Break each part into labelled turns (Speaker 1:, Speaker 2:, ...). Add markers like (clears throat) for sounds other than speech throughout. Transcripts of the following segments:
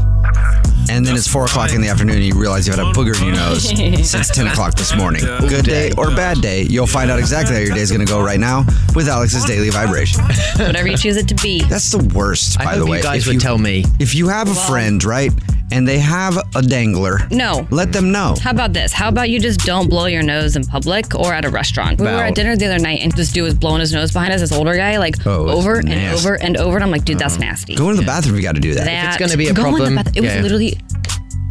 Speaker 1: And then it's four o'clock in the afternoon and you realize you've had a booger in your nose
Speaker 2: (laughs)
Speaker 1: since 10 o'clock this morning. Good day or bad day, you'll find out exactly how your day's going to go right now with Alex's Daily Vibration.
Speaker 2: Whatever you choose it to be.
Speaker 1: That's the worst, by
Speaker 3: I
Speaker 1: the
Speaker 3: hope
Speaker 1: way.
Speaker 3: you guys
Speaker 1: If
Speaker 3: would tell me.
Speaker 1: If you have a friend, right, and they have a dangler,
Speaker 2: No.
Speaker 1: let them know.
Speaker 2: How about this? How about you just don't blow your nose in public or at a restaurant? We were
Speaker 1: About-
Speaker 2: at dinner the other night and this dude was blowing his nose behind us, this older guy, like
Speaker 1: Oh, it's
Speaker 2: over and
Speaker 1: nasty.
Speaker 2: over and over. And I'm like, dude, that's nasty.
Speaker 1: Go into the bathroom if you got to do that.
Speaker 2: that,
Speaker 3: gonna be a
Speaker 2: go in the
Speaker 3: problem,
Speaker 2: bath- it
Speaker 3: yeah.
Speaker 2: was literally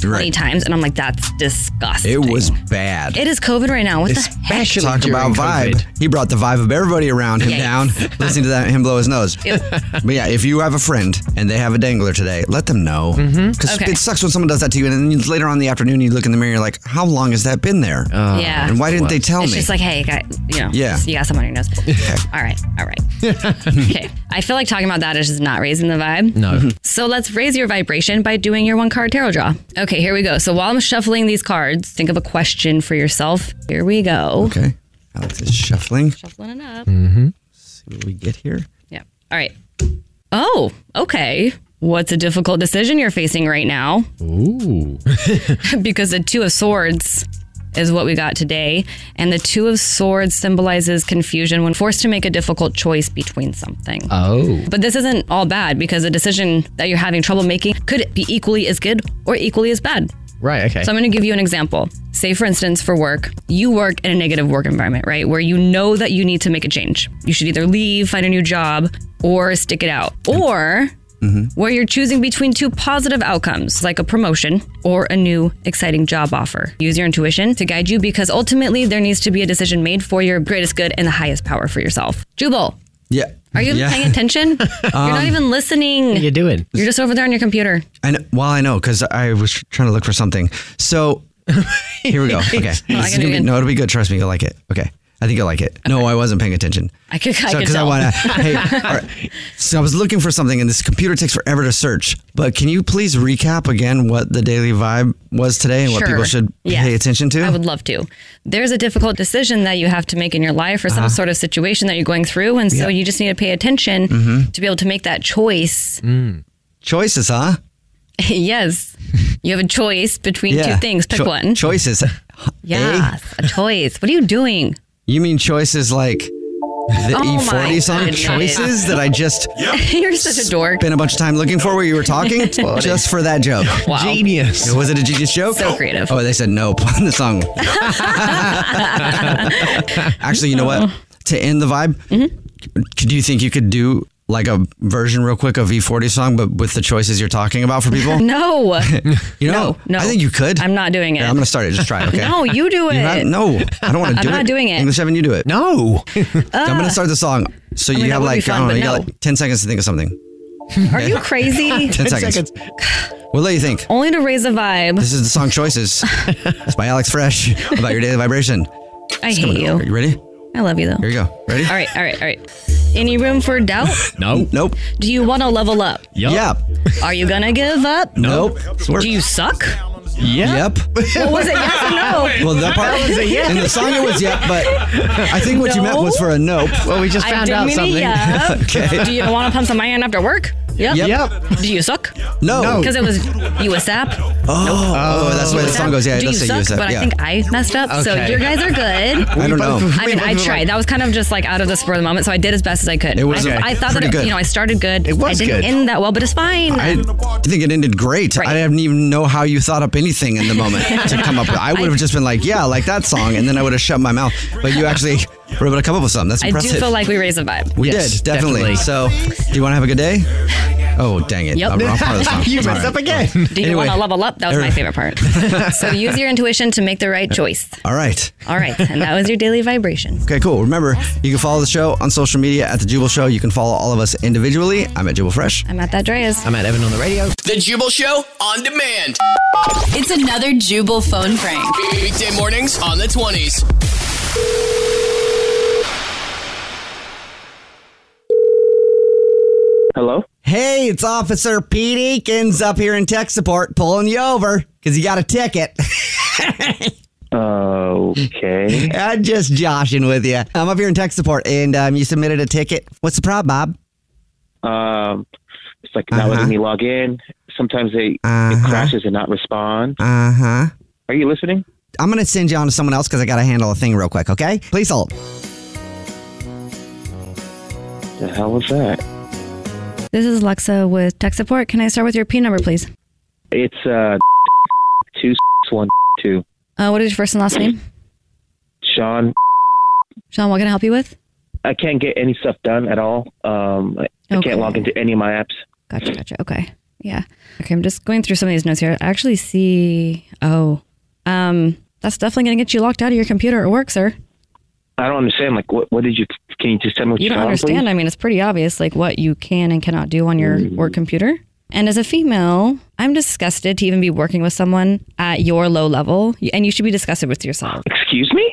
Speaker 2: 20
Speaker 1: Right.
Speaker 2: times. And I'm like, that's disgusting.
Speaker 1: It was bad.
Speaker 2: It is COVID right now. What the heck?
Speaker 3: Especially
Speaker 1: Talk
Speaker 3: during
Speaker 1: about vibe.
Speaker 3: COVID.
Speaker 1: He brought the vibe of everybody around him
Speaker 2: Yikes. (laughs)
Speaker 1: down, listening to that him blow his nose.
Speaker 2: Ew.
Speaker 1: But yeah, if you have a friend and they have a dangler today, let them know. Because
Speaker 3: Mm-hmm.
Speaker 2: Okay.
Speaker 1: it sucks when someone does that to you, and then you- later on in the afternoon you look in the mirror, you're like, how long has that been there?
Speaker 2: yeah.
Speaker 1: and why didn't they tell
Speaker 2: it's
Speaker 1: me?
Speaker 2: just like, hey, guy, you know,
Speaker 1: Yeah.
Speaker 2: you got something on
Speaker 1: (laughs)
Speaker 2: your nose. all right, all right. okay. I feel like talking about that is just not raising the vibe. Mm-hmm.
Speaker 3: No.
Speaker 2: So let's raise your vibration by doing your one card tarot draw. Okay, here we go. So while I'm shuffling these cards, think of a question for yourself. Here we go.
Speaker 1: okay, Alex is shuffling.
Speaker 2: Shuffling it up.
Speaker 1: Mm-hmm. See what we get here.
Speaker 2: Yeah. All right. Oh, okay. What's a difficult decision you're facing right now?
Speaker 3: Ooh.
Speaker 2: (laughs)
Speaker 3: (laughs)
Speaker 2: because the Two of Swords is what we got today. And the Two of Swords symbolizes confusion when forced to make a difficult choice between something.
Speaker 3: Oh.
Speaker 2: But this isn't all bad because a decision that you're having trouble making could be equally as good or equally as bad.
Speaker 3: Right. Okay.
Speaker 2: So I'm going to give you an example. Say, for instance, for work, you work in a negative work environment, right? Where you know that you need to make a change. You should either leave, find a new job, or stick it out. Or where you're choosing between two positive outcomes, like a promotion or a new exciting job offer. Use your intuition to guide you because ultimately there needs to be a decision made for your greatest good and the highest power for yourself. Jubal,
Speaker 1: Yeah.
Speaker 2: are you
Speaker 1: yeah. Um,
Speaker 2: paying attention? you're not even listening.
Speaker 3: what are you doing?
Speaker 2: You're just over there on your computer.
Speaker 1: (laughs) I know, well, I know because I was trying to look for something. (laughs) So here we go. Okay, This
Speaker 2: I
Speaker 1: is
Speaker 2: can
Speaker 1: gonna
Speaker 2: do
Speaker 1: be-
Speaker 2: it.
Speaker 1: no, it'll be good. Trust me, you'll like it. Okay, I think you'll like it. No, I wasn't paying attention.
Speaker 2: I could- I
Speaker 1: so,
Speaker 2: could
Speaker 1: I
Speaker 2: tell. (laughs)
Speaker 1: want to. Hey, all right. so I was looking for something, and this computer takes forever to search. But can you please recap again what the daily vibe was today and what people
Speaker 2: Sure.
Speaker 1: should
Speaker 2: Yeah.
Speaker 1: pay attention to?
Speaker 2: I would love to. There's a difficult decision that you have to make in your life or some
Speaker 1: Uh-huh.
Speaker 2: sort of situation that you're going through. And so you just need to pay attention
Speaker 1: Mm-hmm.
Speaker 2: to be able to make that choice. (laughs)
Speaker 1: Mm. Choices, huh?
Speaker 2: yes. You have a choice between two things. Pick
Speaker 1: Cho- (laughs)
Speaker 2: one.
Speaker 1: Choices.
Speaker 2: yes. A choice. What are you doing?
Speaker 1: You mean choices like The
Speaker 2: Oh my
Speaker 1: E40 song
Speaker 2: goodness.
Speaker 1: choices that I just
Speaker 2: (laughs) You're such a dork.
Speaker 1: spent a bunch of time looking for where you were
Speaker 2: (laughs)
Speaker 1: talking just for that joke.
Speaker 2: Wow.
Speaker 1: Genius. Was it a genius joke?
Speaker 2: So creative.
Speaker 1: Oh, they said nope (laughs) on the song. Actually, you know
Speaker 2: (laughs)
Speaker 1: what? To end the vibe,
Speaker 2: Mm-hmm.
Speaker 1: c- do you think you could do like a version real quick of E40 song, but with the choices you're talking about for people?
Speaker 2: (laughs) No.
Speaker 1: (laughs) You know,
Speaker 2: no.
Speaker 1: I think you could.
Speaker 2: I'm not doing it.
Speaker 1: Here, I'm going to start it. Just try it, okay?
Speaker 2: (laughs) No, you do it.
Speaker 1: You're not- no, I don't want to
Speaker 2: (laughs) I'm
Speaker 1: do it.
Speaker 2: not doing it.
Speaker 1: English Evan, you do it.
Speaker 3: No.
Speaker 1: (laughs) I'm going to start the song. So you
Speaker 2: mean, that
Speaker 1: have
Speaker 2: would be
Speaker 1: like, I don't
Speaker 2: fun,
Speaker 1: know,
Speaker 2: but
Speaker 1: you got
Speaker 2: no.
Speaker 1: like 10 seconds to think of something. (laughs)
Speaker 2: Are you crazy?
Speaker 1: 10 seconds. We'll let you think.
Speaker 2: Only to raise a vibe.
Speaker 1: This is the song
Speaker 2: (laughs)
Speaker 1: Choices. it's by Alex Fresh about your daily vibration.
Speaker 2: I hate
Speaker 1: Are
Speaker 2: you.
Speaker 1: you ready?
Speaker 2: I love you though.
Speaker 1: Here you go. Ready?
Speaker 2: All right, all right, all right. Any room
Speaker 1: (laughs)
Speaker 2: for doubt?
Speaker 3: No.
Speaker 1: Nope.
Speaker 2: Do you want to level up?
Speaker 3: Yup.
Speaker 1: Yeah.
Speaker 2: Are you gonna give up?
Speaker 1: Nope. It's work.
Speaker 2: Do you suck?
Speaker 3: Yeah.
Speaker 1: Yep.
Speaker 2: What was it? Yes or
Speaker 1: (laughs)
Speaker 2: no?
Speaker 1: Oh, Well, that part was a yeah. In the song, it was yep, but I think what you meant
Speaker 2: No.
Speaker 1: was for a nope.
Speaker 3: Well, we just
Speaker 2: I
Speaker 3: found
Speaker 2: didn't
Speaker 3: out
Speaker 2: mean it,
Speaker 3: something. (laughs)
Speaker 1: (laughs)
Speaker 2: yeah.
Speaker 1: Okay.
Speaker 2: Do you want to pump some iron after work? Yep.
Speaker 1: Yep.
Speaker 3: Yep.
Speaker 2: Do you suck?
Speaker 1: No.
Speaker 2: Because it was you a sap.
Speaker 1: Oh, that's the way the song goes. Yeah, it
Speaker 2: Do you
Speaker 1: does say
Speaker 2: suck?
Speaker 1: you said.
Speaker 2: But
Speaker 1: yeah.
Speaker 2: I think I messed up. So
Speaker 3: Okay.
Speaker 2: your guys are good.
Speaker 1: (laughs) I don't know.
Speaker 2: I mean, I tried. That was kind of just like out of the spur of the moment. So I did as best as I could.
Speaker 1: It was
Speaker 2: I,
Speaker 1: okay.
Speaker 2: I thought that
Speaker 1: Pretty
Speaker 2: it,
Speaker 1: good.
Speaker 2: you know I started good.
Speaker 3: It was
Speaker 2: I didn't
Speaker 3: good.
Speaker 2: end that well, but it's fine.
Speaker 1: I think it ended great.
Speaker 2: Right.
Speaker 1: I didn't even know how you thought up anything in the moment
Speaker 2: (laughs)
Speaker 1: to come up with. I would have just been like, yeah, like that song, and then I would have shut my mouth. But you actually were able to come up with something. That's
Speaker 2: I do
Speaker 1: impressive.
Speaker 2: feel like we raised a vibe.
Speaker 1: we
Speaker 3: Yes,
Speaker 1: did, definitely.
Speaker 3: definitely.
Speaker 1: So, do you want to have a good day? Oh, dang it.
Speaker 2: Yep.
Speaker 1: I'm wrong
Speaker 2: (laughs)
Speaker 1: part of the song.
Speaker 3: (laughs) you
Speaker 1: It's all
Speaker 3: messed
Speaker 1: right.
Speaker 3: up again.
Speaker 2: Do you
Speaker 1: Anyway.
Speaker 2: want to level up? That was my favorite part.
Speaker 1: (laughs)
Speaker 2: so use your intuition to make the right choice.
Speaker 1: All right.
Speaker 2: All right, and that was your daily vibration.
Speaker 1: Okay, cool. Remember, you can follow the show on social media at The Jubal Show. You can follow all of us individually. I'm at Jubal Fresh.
Speaker 2: I'm at that Dreas.
Speaker 3: I'm at Evan on the radio.
Speaker 4: The Jubal Show on demand.
Speaker 5: It's another Jubal phone prank.
Speaker 4: Weekday mornings on the 20s.
Speaker 6: Hello?
Speaker 1: Hey, it's Officer Pete Eakins up here in tech support pulling you over because you got a ticket. (laughs)
Speaker 6: Okay.
Speaker 1: I'm just joshing with you. I'm up here in tech support, and um, you submitted a ticket. What's the problem, Bob?
Speaker 6: um, it's like not letting me log in. Sometimes they, it crashes and not respond.
Speaker 1: Uh huh.
Speaker 6: Are you listening?
Speaker 1: I'm gonna send you on to someone else because I gotta handle a thing real quick. Okay? Please hold.
Speaker 6: The hell was that?
Speaker 2: (laughs) This is Alexa with tech support. Can I start with your P number, please?
Speaker 6: It's uh, two one two.
Speaker 2: Uh, what is your first and last name?
Speaker 6: Sean,
Speaker 2: (clears throat) Sean, what can I help you with?
Speaker 6: I can't get any stuff done at all. Um, I, I
Speaker 2: Okay.
Speaker 6: can't log into any of my apps.
Speaker 2: Gotcha, gotcha. Okay. Yeah. Okay, I'm just going through some of these notes here. I actually see. Oh, um, that's definitely going to get you locked out of your computer at work, sir.
Speaker 6: I don't understand. Like, what? What did you? Can you just tell me what
Speaker 2: You
Speaker 6: you
Speaker 2: don't
Speaker 6: found,
Speaker 2: understand.
Speaker 6: Please?
Speaker 2: I mean, it's pretty obvious, like what you can and cannot do on your
Speaker 3: Mm.
Speaker 2: work computer. And as a female, I'm disgusted to even be working with someone at your low level, and you should be disgusted with yourself.
Speaker 6: Excuse me.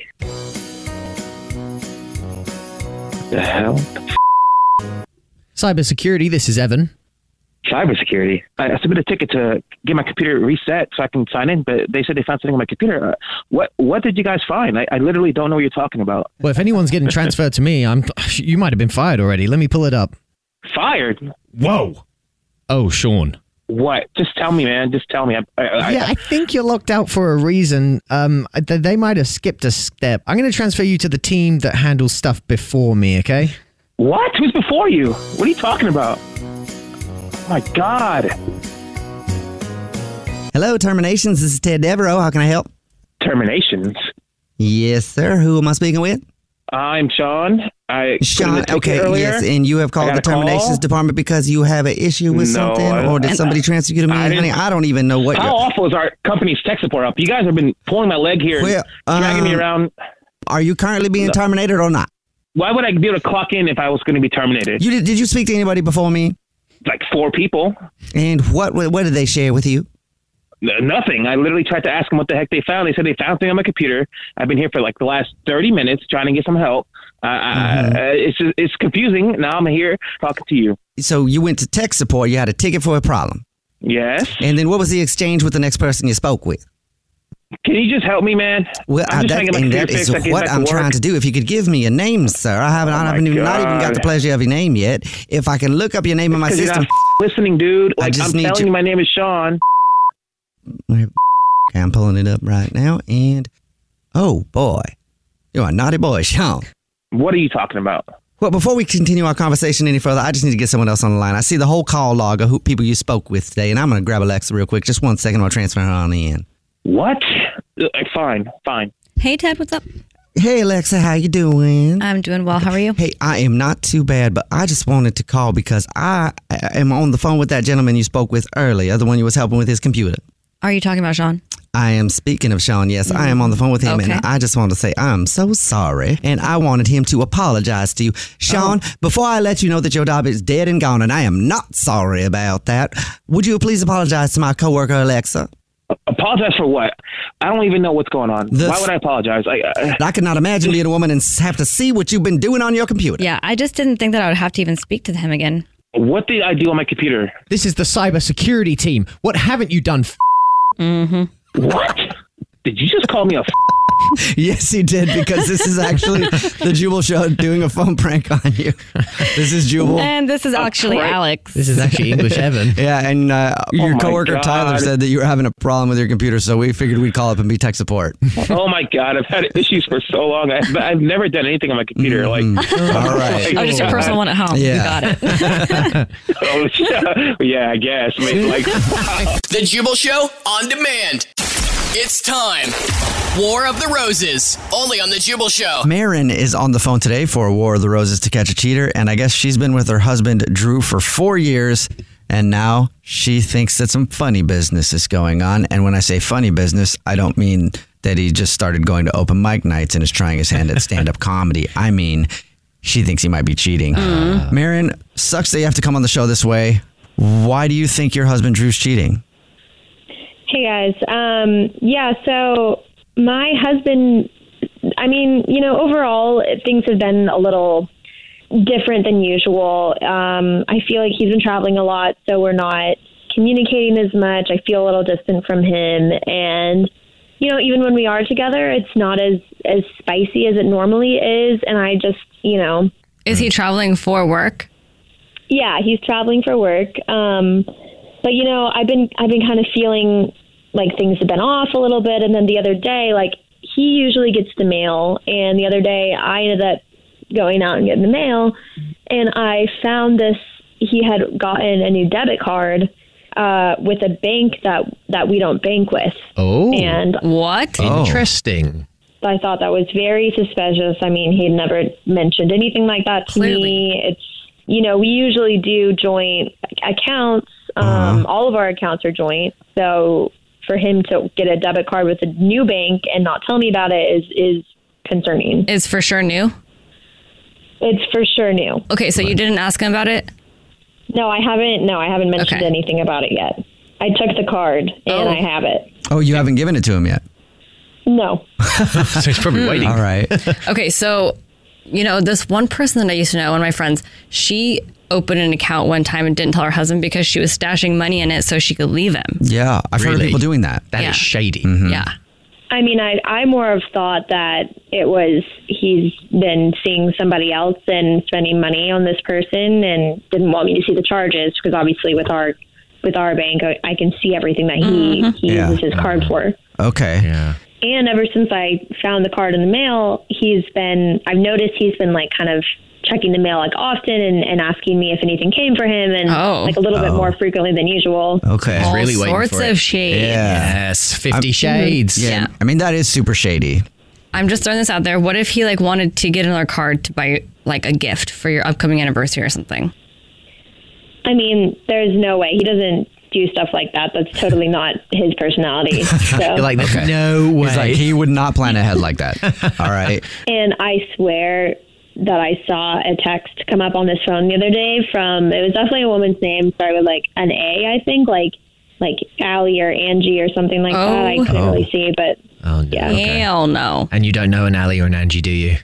Speaker 6: The hell?
Speaker 3: Cybersecurity. This is Evan.
Speaker 6: cybersecurity. I, I submitted a ticket to get my computer reset so I can sign in, but they said they found something on my computer. Uh, what what did you guys find? I, I literally don't know what you're talking about.
Speaker 3: Well, if anyone's getting transferred to me, I'm. You might have been fired already. Let me pull it up.
Speaker 6: Fired?
Speaker 3: Whoa. Oh, Sean.
Speaker 6: What? Just tell me, man. Just tell me. I, I, I-
Speaker 3: Yeah, I think you're locked out for a reason. Um, th- they might have skipped a step. I'm going to transfer you to the team that handles stuff before me. Okay.
Speaker 6: what? Who's before you? What are you talking about? Oh my God,
Speaker 1: Hello, terminations. This is Ted Devereaux. How can I help?
Speaker 6: terminations.
Speaker 1: Yes, sir. Who am I speaking with?
Speaker 6: I'm Sean. I submitted a
Speaker 1: Sean.
Speaker 6: ticket
Speaker 1: Okay.
Speaker 6: earlier.
Speaker 1: Yes, and you have called
Speaker 6: got
Speaker 1: the
Speaker 6: a call.
Speaker 1: terminations department because you have an issue with
Speaker 6: No,
Speaker 1: something,
Speaker 6: I-
Speaker 1: or did
Speaker 6: and
Speaker 1: somebody
Speaker 6: I-
Speaker 1: transfer you to me?
Speaker 6: I
Speaker 1: Honey,
Speaker 6: didn't-
Speaker 1: I don't even know what.
Speaker 6: How
Speaker 1: you're-
Speaker 6: awful is our company's tech support up? You guys have been pulling my leg here, and
Speaker 1: Well,
Speaker 6: dragging me
Speaker 1: um,
Speaker 6: around.
Speaker 1: Are you currently being terminated or not?
Speaker 6: Why would I be able to clock in if I was going to be terminated?
Speaker 1: You did, did you speak to anybody before me?
Speaker 6: like four people.
Speaker 1: And what what did they share with you?
Speaker 6: N- Nothing. I literally tried to ask them what the heck they found. They said they found something on my computer. I've been here for like the last 30 minutes trying to get some help. Uh,
Speaker 1: Mm-hmm.
Speaker 6: uh, it's just, it's confusing. Now I'm here talking to you.
Speaker 1: So you went to tech support. You had a ticket for a problem,
Speaker 6: Yes.
Speaker 1: and then what was the exchange with the next person you spoke with?
Speaker 6: Can you just help me, man?
Speaker 1: Well,
Speaker 6: I'm
Speaker 1: uh,
Speaker 6: just
Speaker 1: that,
Speaker 6: trying to get my
Speaker 1: and that
Speaker 6: computer
Speaker 1: is
Speaker 6: fixed. I get
Speaker 1: what
Speaker 6: back
Speaker 1: I'm
Speaker 6: to
Speaker 1: trying
Speaker 6: work. Oh,
Speaker 1: to do. If you could give me a name, sir, I haven't, I
Speaker 6: my
Speaker 1: haven't even, not even got the
Speaker 6: God.
Speaker 1: pleasure of your name yet. If I can look up your name in my
Speaker 6: 'Cause you're not
Speaker 1: system,
Speaker 6: f- listening, dude.
Speaker 1: I
Speaker 6: Like
Speaker 1: just
Speaker 6: I'm
Speaker 1: need
Speaker 6: telling
Speaker 1: you-
Speaker 6: you, my name is Sean.
Speaker 1: okay, I'm pulling it up right now, and oh boy, you're a naughty boy, Sean.
Speaker 6: What are you talking about?
Speaker 1: Well, before we continue our conversation any further, I just need to get someone else on the line. I see the whole call log of who people you spoke with today, and I'm going to grab Alexa real quick. Just one second, I'll transfer her on in.
Speaker 6: What? Uh, Fine, fine.
Speaker 2: Hey, Ted, what's up?
Speaker 1: Hey, Alexa, how you doing?
Speaker 2: I'm doing well. How are you?
Speaker 1: Hey, I am not too bad, but I just wanted to call because I am on the phone with that gentleman you spoke with earlier, the one you was helping with his computer.
Speaker 2: Are you talking about Sean?
Speaker 1: I am speaking of Sean. Yes, I am on the phone with him,
Speaker 2: Okay.
Speaker 1: and I just want to say I'm so sorry, and I wanted him to apologize to you, Sean.
Speaker 6: Oh.
Speaker 1: Before I let you know that your dog is dead and gone, and I am not sorry about that. Would you please apologize to my coworker Alexa?
Speaker 6: Apologize for what? I don't even know what's going on. Why would I apologize? uh, I, I,
Speaker 1: I cannot imagine being a woman and have to see what you've been doing on your computer.
Speaker 2: Yeah, I just didn't think that I would have to even speak to him again.
Speaker 6: What did I do on my computer?
Speaker 3: This is the cybersecurity team. What haven't you done? F-
Speaker 2: Mm-hmm.
Speaker 6: What? Did you just call me a? F-
Speaker 1: (laughs) yes, he did because this is actually the Jubal Show doing a phone prank on you. (laughs) This is Jubal.
Speaker 2: And this is actually Alex.
Speaker 3: This is actually
Speaker 2: (laughs)
Speaker 3: English Evan.
Speaker 1: Oh, yeah, and uh, your
Speaker 6: Oh my
Speaker 1: coworker
Speaker 6: God.
Speaker 1: Tyler said that you were having a problem with your computer, so we figured we'd call up and be tech
Speaker 2: (laughs)
Speaker 1: support.
Speaker 6: oh my god! I've had issues for so long. I, but I've never done anything on my computer. Like, (laughs)
Speaker 1: Mm-hmm. all right.
Speaker 2: Oh, just your personal one at home.
Speaker 1: Yeah.
Speaker 2: You got it.
Speaker 6: (laughs) oh, yeah, yeah, I guess. Maybe,
Speaker 1: (laughs)
Speaker 6: like,
Speaker 4: (laughs) The Jubal Show on demand. It's time. War of the Roses. Only on The Jubal
Speaker 3: Oh.
Speaker 4: Show.
Speaker 1: Marin is on the phone today for War of the Roses to catch a cheater, and I guess she's been with her husband Drew for four years, and now she thinks that some funny business is going on. And when I say funny business, I don't mean that he just started going to open mic nights and is trying his hand at
Speaker 3: (laughs)
Speaker 1: stand up comedy. I mean, she thinks he might be cheating.
Speaker 3: Mm.
Speaker 1: Uh, Marin, sucks that you have to come on the show this way. Why do you think your husband Drew's cheating?
Speaker 7: Hey guys. Um, yeah, so my husband, I mean, you know, overall things have been a little different than usual. Um, I feel like he's been traveling a lot, so we're not communicating as much. I feel a little distant from him and you know, even when we are together, it's not as as spicy as it normally is and I just, you know,
Speaker 2: Is he traveling for work?
Speaker 7: yeah, he's traveling for work. Um, but you know, I've been I've been kind of feeling like things have been off a little bit, and then the other day, like he usually gets the mail, and the other day I ended up going out and getting the mail, and I found this. He had gotten a new debit card uh, with a bank that that we don't bank with,
Speaker 3: Oh,
Speaker 7: and
Speaker 2: What?
Speaker 3: interesting.
Speaker 7: I thought that was very suspicious. I mean, he had never mentioned anything like that to
Speaker 2: Clearly.
Speaker 7: me. It's you know, we usually do joint accounts. Um, All of our accounts are joint, so for him to get a debit card with a new bank and not tell me about it is is concerning.
Speaker 2: Is for sure new.
Speaker 7: It's for sure new.
Speaker 2: Okay, so you didn't ask him about it?
Speaker 7: No, I haven't. No, I haven't mentioned
Speaker 2: Okay.
Speaker 7: anything about it yet. I took the card and
Speaker 2: Oh.
Speaker 7: I have it.
Speaker 1: Oh, you haven't given it to him yet.
Speaker 7: No.
Speaker 3: (laughs) so he's
Speaker 1: (laughs)
Speaker 3: probably waiting.
Speaker 1: All right.
Speaker 2: (laughs) Okay, so you know this one person that I used to know, one of my friends, she opened an account one time and didn't tell her husband because she was stashing money in it so she could leave him.
Speaker 1: Yeah, I've heard of
Speaker 3: Really?
Speaker 1: people doing that. Mm-hmm.
Speaker 3: That is
Speaker 2: Yeah.
Speaker 3: shady.
Speaker 2: Yeah.
Speaker 7: I mean, I I more of thought that it was he's been seeing somebody else and spending money on this person, and didn't want me to see the charges because obviously with our with our bank, I, I can see everything that he he
Speaker 1: Yeah.
Speaker 7: uses his card for.
Speaker 1: Okay.
Speaker 3: Yeah.
Speaker 7: And ever since I found the card in the mail, he's been I've noticed he's been like kind of checking the mail like often and, and asking me if anything came for him and
Speaker 2: Oh.
Speaker 7: like a little bit more frequently than usual.
Speaker 1: Okay.
Speaker 2: All
Speaker 3: really waiting
Speaker 2: sorts
Speaker 3: for it.
Speaker 2: of shade.
Speaker 3: Yes, Fifty Shades.
Speaker 1: Yeah.
Speaker 2: Yeah.
Speaker 1: I mean, that is super shady.
Speaker 2: I'm just throwing this out there. What if he like wanted to get another card to buy like a gift for your upcoming anniversary or something? (laughs)
Speaker 7: I mean, there's no way he doesn't do stuff like that. That's totally not his
Speaker 1: (laughs)
Speaker 7: personality. So,
Speaker 3: You're like, there's no way.
Speaker 1: He's like, he would not plan ahead
Speaker 3: (laughs)
Speaker 1: like that. All right.
Speaker 7: and I swear that I saw a text come up on this phone the other day from it was definitely a woman's name started with like an A, I think, like like Allie or Angie or something like that. I
Speaker 2: Oh.
Speaker 7: couldn't really see, but
Speaker 3: oh, no.
Speaker 7: Yeah.
Speaker 2: Hell no.
Speaker 3: And you don't know an Ali or an Angie, do you?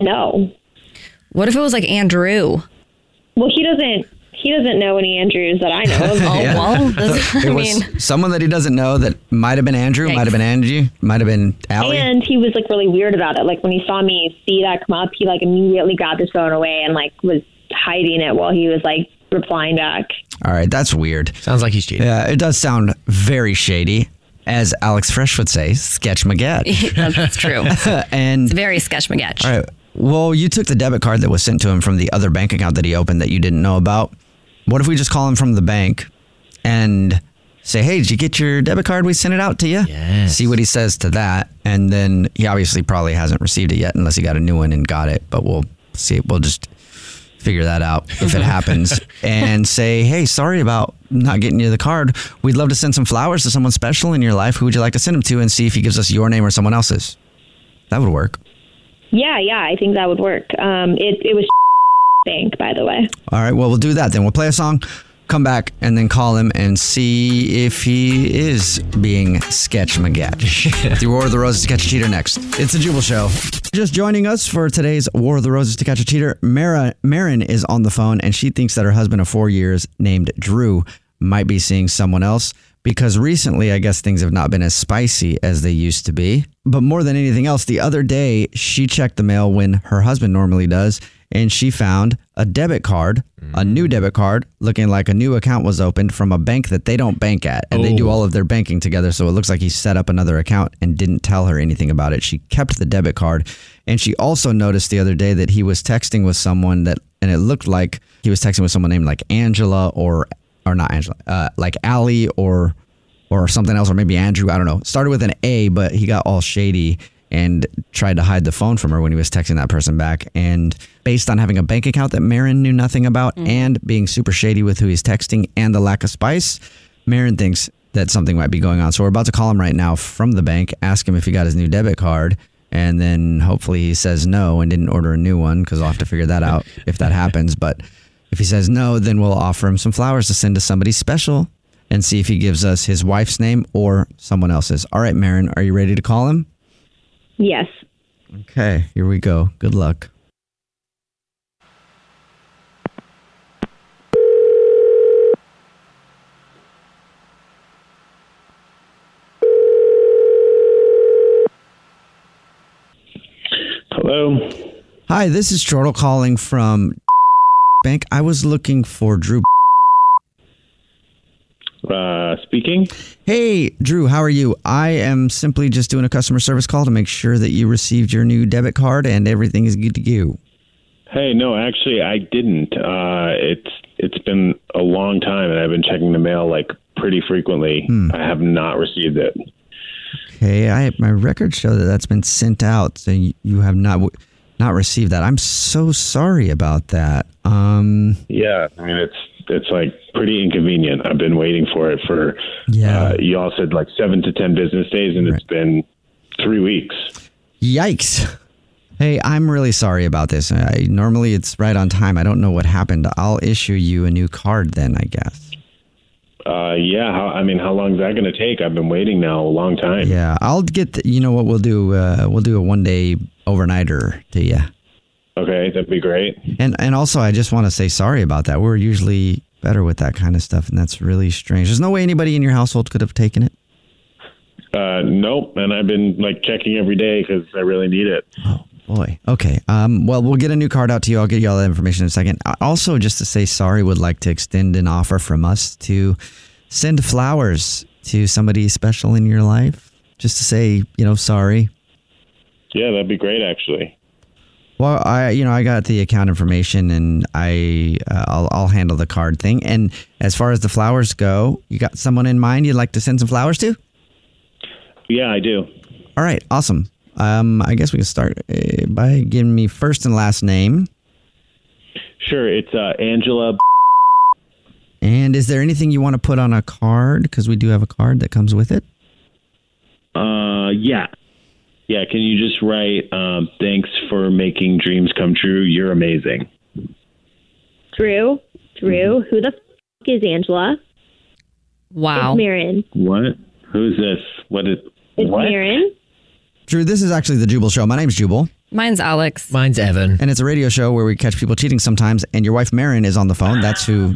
Speaker 7: no.
Speaker 2: What if it was like Andrew?
Speaker 7: Well, he doesn't. He doesn't know any Andrews that I know of.
Speaker 2: (laughs)
Speaker 1: (laughs)
Speaker 2: Oh well, this, I
Speaker 1: It
Speaker 2: mean,
Speaker 1: was someone that he doesn't know that might have been Andrew,
Speaker 2: Yikes.
Speaker 1: might have been Angie, might have been Allie.
Speaker 7: And he was like really weird about it. Like when he saw me see that come up, he like immediately grabbed his phone away and like was hiding it while he was like replying back.
Speaker 1: All right. That's weird.
Speaker 3: Sounds like he's cheating.
Speaker 1: Yeah, it does sound very shady. As
Speaker 2: (laughs)
Speaker 1: Alex Fresh would say, sketch maget.
Speaker 2: that's true.
Speaker 1: (laughs) and
Speaker 2: Very sketch magetch.
Speaker 1: all right, Well, you took the debit card that was sent to him from the other bank account that he opened that you didn't know about. What if we just call him from the bank and say, hey, did you get your debit card? We sent it out to you. See what he says to that. And then he obviously probably hasn't received it yet unless he got a new one and got it. But we'll see. We'll just figure that out if it happens and say, hey, sorry about not getting you the card. We'd love to send some flowers to someone special in your life. Who would you like to send them to? And see if he gives us your name or someone else's. That would work.
Speaker 7: Yeah, yeah, I think that would work. Um, it it was (laughs) bank, by the way.
Speaker 1: All right. Well, we'll do that then. We'll play a song, come back, and then call him and see if he is being sketch magatch. the War of the Roses to Catch a Cheater next. It's a Jubal Show. Just joining us for today's War of the Roses to Catch a Cheater. Mara, Marin is on the phone, and she thinks that her husband of four years, named Drew, might be seeing someone else because recently, I guess things have not been as spicy as they used to be. But more than anything else, the other day she checked the mail when her husband normally does, and she found a debit card, a new debit card, looking like a new account was opened from a bank that they don't bank at. And they do all of their banking together. So it looks like he set up another account and didn't tell her anything about it. She kept the debit card. And she also noticed the other day that he was texting with someone that, and it looked like he was texting with someone named like Angela or or not Angela, uh, like Ali or or something else, or maybe Andrew. I don't know. Started with an A, but he got all shady and tried to hide the phone from her when he was texting that person back. And based on having a bank account that Marin knew nothing about and being super shady with who he's texting and the lack of spice, Marin thinks that something might be going on. So we're about to call him right now from the bank, ask him if he got his new debit card. And then hopefully he says no and didn't order a new one because I'll have to figure that out if that happens. But if he says no, then we'll offer him some flowers to send to somebody special and see if he gives us his wife's name or someone else's. All right, Marin, are you ready to call him?
Speaker 7: Yes.
Speaker 1: Okay, here we go. Good luck.
Speaker 8: Hello.
Speaker 1: Hi, this is Chortle calling from Bank. I was looking for Drew.
Speaker 8: Uh, speaking.
Speaker 1: Hey, Drew, how are you? I am simply just doing a customer service call to make sure that you received your new debit card and everything is good to go.
Speaker 8: Hey, no, actually, I didn't. Uh, it's it's been a long time, and I've been checking the mail like pretty frequently.
Speaker 1: Hmm.
Speaker 8: I have not received it.
Speaker 1: Okay, I my records show that that's been sent out, so you, you have not w- not received that. I'm so sorry about that. Um,
Speaker 8: Yeah, I mean it's it's like pretty inconvenient. I've been waiting for it for.
Speaker 1: Yeah.
Speaker 8: Uh, you all said like seven to ten business days, and it's been three weeks.
Speaker 1: Yikes. (laughs) Hey, I'm really sorry about this. I, normally it's right on time. I don't know what happened. I'll issue you a new card then, I guess.
Speaker 8: Uh, yeah, how, I mean, how long is that going to take? I've been waiting now a long time.
Speaker 1: Yeah, I'll get the, you know what we'll do uh, we'll do a one day overnighter to you.
Speaker 8: Okay, that'd be great.
Speaker 1: And and also I just want to say sorry about that. We're usually better with that kind of stuff and that's really strange. There's no way anybody in your household could have taken it.
Speaker 8: Uh, nope, and I've been like checking every day because I really need it.
Speaker 1: Boy. Okay. Um, well, we'll get a new card out to you. I'll get you all that information in a second. I- Also, just to say sorry, would like to extend an offer from us to send flowers to somebody special in your life. Just to say, you know, sorry.
Speaker 8: Yeah, that'd be great actually.
Speaker 1: Well, I you know I got the account information and I uh, I'll, I'll handle the card thing. And as far as the flowers go, you got someone in mind you'd like to send some flowers to?
Speaker 8: Yeah, I do.
Speaker 1: All right, awesome. Um, I guess we can start uh, by giving me first and last name.
Speaker 8: Sure, it's uh, Angela.
Speaker 1: And is there anything you want to put on a card? Because we do have a card that comes with it.
Speaker 8: Uh, yeah, yeah. Can you just write? Um, Thanks for making dreams come true. You're amazing.
Speaker 7: Drew, Drew, who the f- is Angela? It's Marin.
Speaker 8: What? Who's this? What is?
Speaker 7: It's
Speaker 8: what?
Speaker 7: Marin.
Speaker 1: Drew, this is actually the Jubal Show. My name's Jubal.
Speaker 2: Mine's Alex.
Speaker 1: Mine's Evan. And it's a radio show where we catch people cheating sometimes, and your wife Marin is on the phone. That's who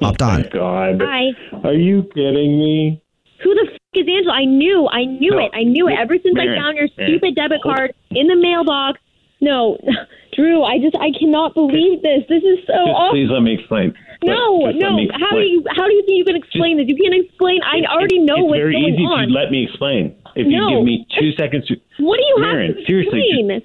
Speaker 1: hopped on.
Speaker 8: God.
Speaker 7: Hi.
Speaker 8: Are you kidding me?
Speaker 7: Who the f- is Angela? I knew. I knew
Speaker 8: No.
Speaker 7: it. I knew it. Ever since I
Speaker 8: Marin,
Speaker 7: found your
Speaker 8: Marin,
Speaker 7: stupid debit card in the mailbox. No, (laughs) Drew, I just I cannot believe this. This is so
Speaker 8: Just
Speaker 7: awful.
Speaker 8: please let me explain.
Speaker 7: Oh, No,
Speaker 8: Just let
Speaker 7: no.
Speaker 8: me
Speaker 7: How do
Speaker 8: explain.
Speaker 7: you how do you think you can explain this? You can't explain. I already know
Speaker 8: it's
Speaker 7: what's
Speaker 8: very
Speaker 7: going
Speaker 8: easy
Speaker 7: on.
Speaker 8: if you let me explain. If
Speaker 7: No.
Speaker 8: you give me two seconds to.
Speaker 7: what do you
Speaker 8: Marin,
Speaker 7: have to
Speaker 8: seriously,
Speaker 7: explain?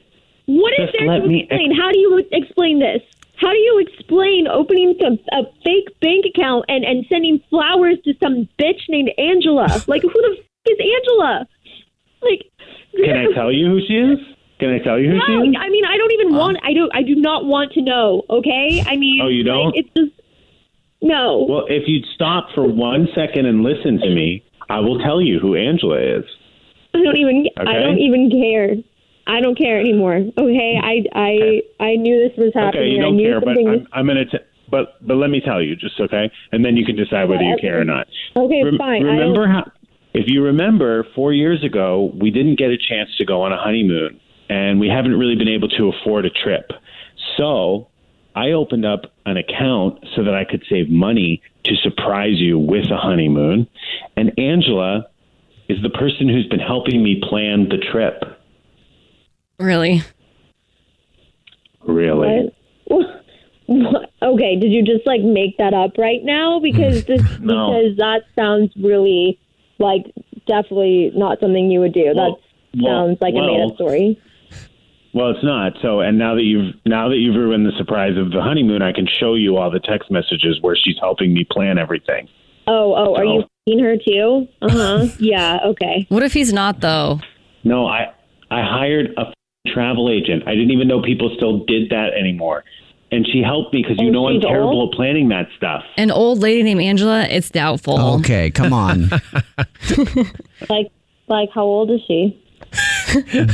Speaker 7: What is
Speaker 9: Just
Speaker 7: there
Speaker 9: let
Speaker 7: to
Speaker 9: me
Speaker 7: explain? How do you explain this? How do you explain opening some, a fake bank account and, and sending flowers to some bitch named Angela? Like, who the f- is Angela? Like,
Speaker 8: Can I tell you who she is? Can I tell you who
Speaker 7: no,
Speaker 8: she is?
Speaker 7: I mean, I don't even want. I don't. I do not want to know. Okay. I mean,
Speaker 8: Oh, you don't?
Speaker 7: Like, it's just no.
Speaker 8: Well, if you'd stop for one second and listen to me, I will tell you who Angela is.
Speaker 7: I don't even. I
Speaker 8: Okay.
Speaker 7: don't even care. I don't care anymore. Okay. I. I. I knew this was happening.
Speaker 8: okay, you
Speaker 7: and I
Speaker 8: don't
Speaker 7: knew
Speaker 8: care, but
Speaker 7: something was
Speaker 8: I'm, I'm gonna. T- but but let me tell you, just okay, and then you can decide whether you care or not.
Speaker 7: Okay,
Speaker 8: Rem-
Speaker 7: fine. I
Speaker 8: Remember
Speaker 7: don't-
Speaker 8: how? If you remember, four years ago, we didn't get a chance to go on a honeymoon, and we haven't really been able to afford a trip. So I opened up an account so that I could save money to surprise you with a honeymoon. And Angela is the person who's been helping me plan the trip.
Speaker 2: Really?
Speaker 8: Really?
Speaker 7: What? What? (laughs) Okay, did you just like make that up right now? Because this
Speaker 8: (laughs) No.
Speaker 7: because that sounds really like definitely not something you would do. that
Speaker 8: well,
Speaker 7: sounds like a made
Speaker 8: well,
Speaker 7: up story.
Speaker 8: Well, it's not. So, and now that you've now that you've ruined the surprise of the honeymoon, I can show you all the text messages where she's helping me plan everything.
Speaker 7: Oh, oh, are you
Speaker 8: No.
Speaker 7: seeing her too? Uh
Speaker 8: (laughs)
Speaker 7: huh. yeah. Okay.
Speaker 2: What if he's not though? (laughs)
Speaker 8: No, I I hired a f***ing travel agent. I didn't even know people still did that anymore. And she helped me because you
Speaker 2: And
Speaker 8: know I'm
Speaker 2: Oh, she's
Speaker 8: terrible
Speaker 2: old?
Speaker 8: at planning that stuff.
Speaker 2: An old lady named Angela? It's doubtful.
Speaker 1: Okay, come on.
Speaker 7: Like like how old is she?
Speaker 8: Hmm.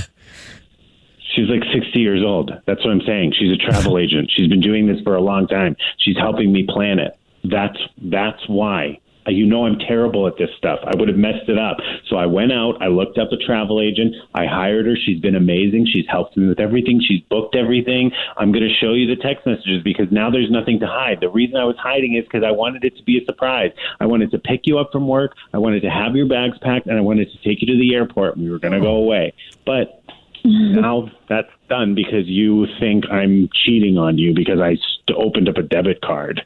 Speaker 8: She's like 60 years old. That's what I'm saying. She's a travel agent. She's been doing this for a long time. She's helping me plan it. That's that's why. Uh, You know I'm terrible at this stuff. I would have messed it up. So I went out, I looked up a travel agent, I hired her. She's been amazing. She's helped me with everything. She's booked everything. I'm going to show you the text messages because now there's nothing to hide. The reason I was hiding is because I wanted it to be a surprise. I wanted to pick you up from work. I wanted to have your bags packed and I wanted to take you to the airport. We were going to go away. But
Speaker 10: Mm-hmm.
Speaker 8: now that's done because you think I'm cheating on you because I st- opened up a debit card.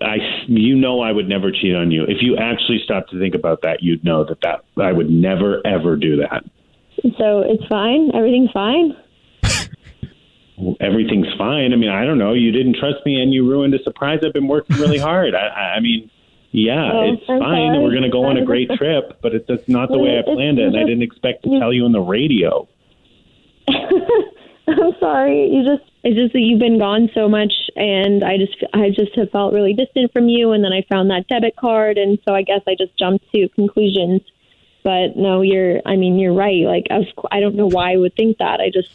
Speaker 8: I, you know, I would never cheat on you. If you actually stopped to think about that, you'd know that that I would never ever do that.
Speaker 7: So it's fine. Everything's fine.
Speaker 8: Everything's fine. I mean, I don't know. You didn't trust me, and you ruined a surprise. I've been working really hard. I- I, I mean, yeah,
Speaker 7: Oh,
Speaker 8: it's
Speaker 7: I'm
Speaker 8: fine.
Speaker 7: sorry.
Speaker 8: We're going to go on a great trip, but it's that's not the way I planned it, and I didn't expect to tell you on the radio.
Speaker 7: (laughs) I'm sorry. You just it's just that you've been gone so much, and I just I just have felt really distant from you. And then I found that debit card, and so I guess I just jumped to conclusions. But no, you're. I mean, you're right. Like of, cou- I don't know why I would think that. I just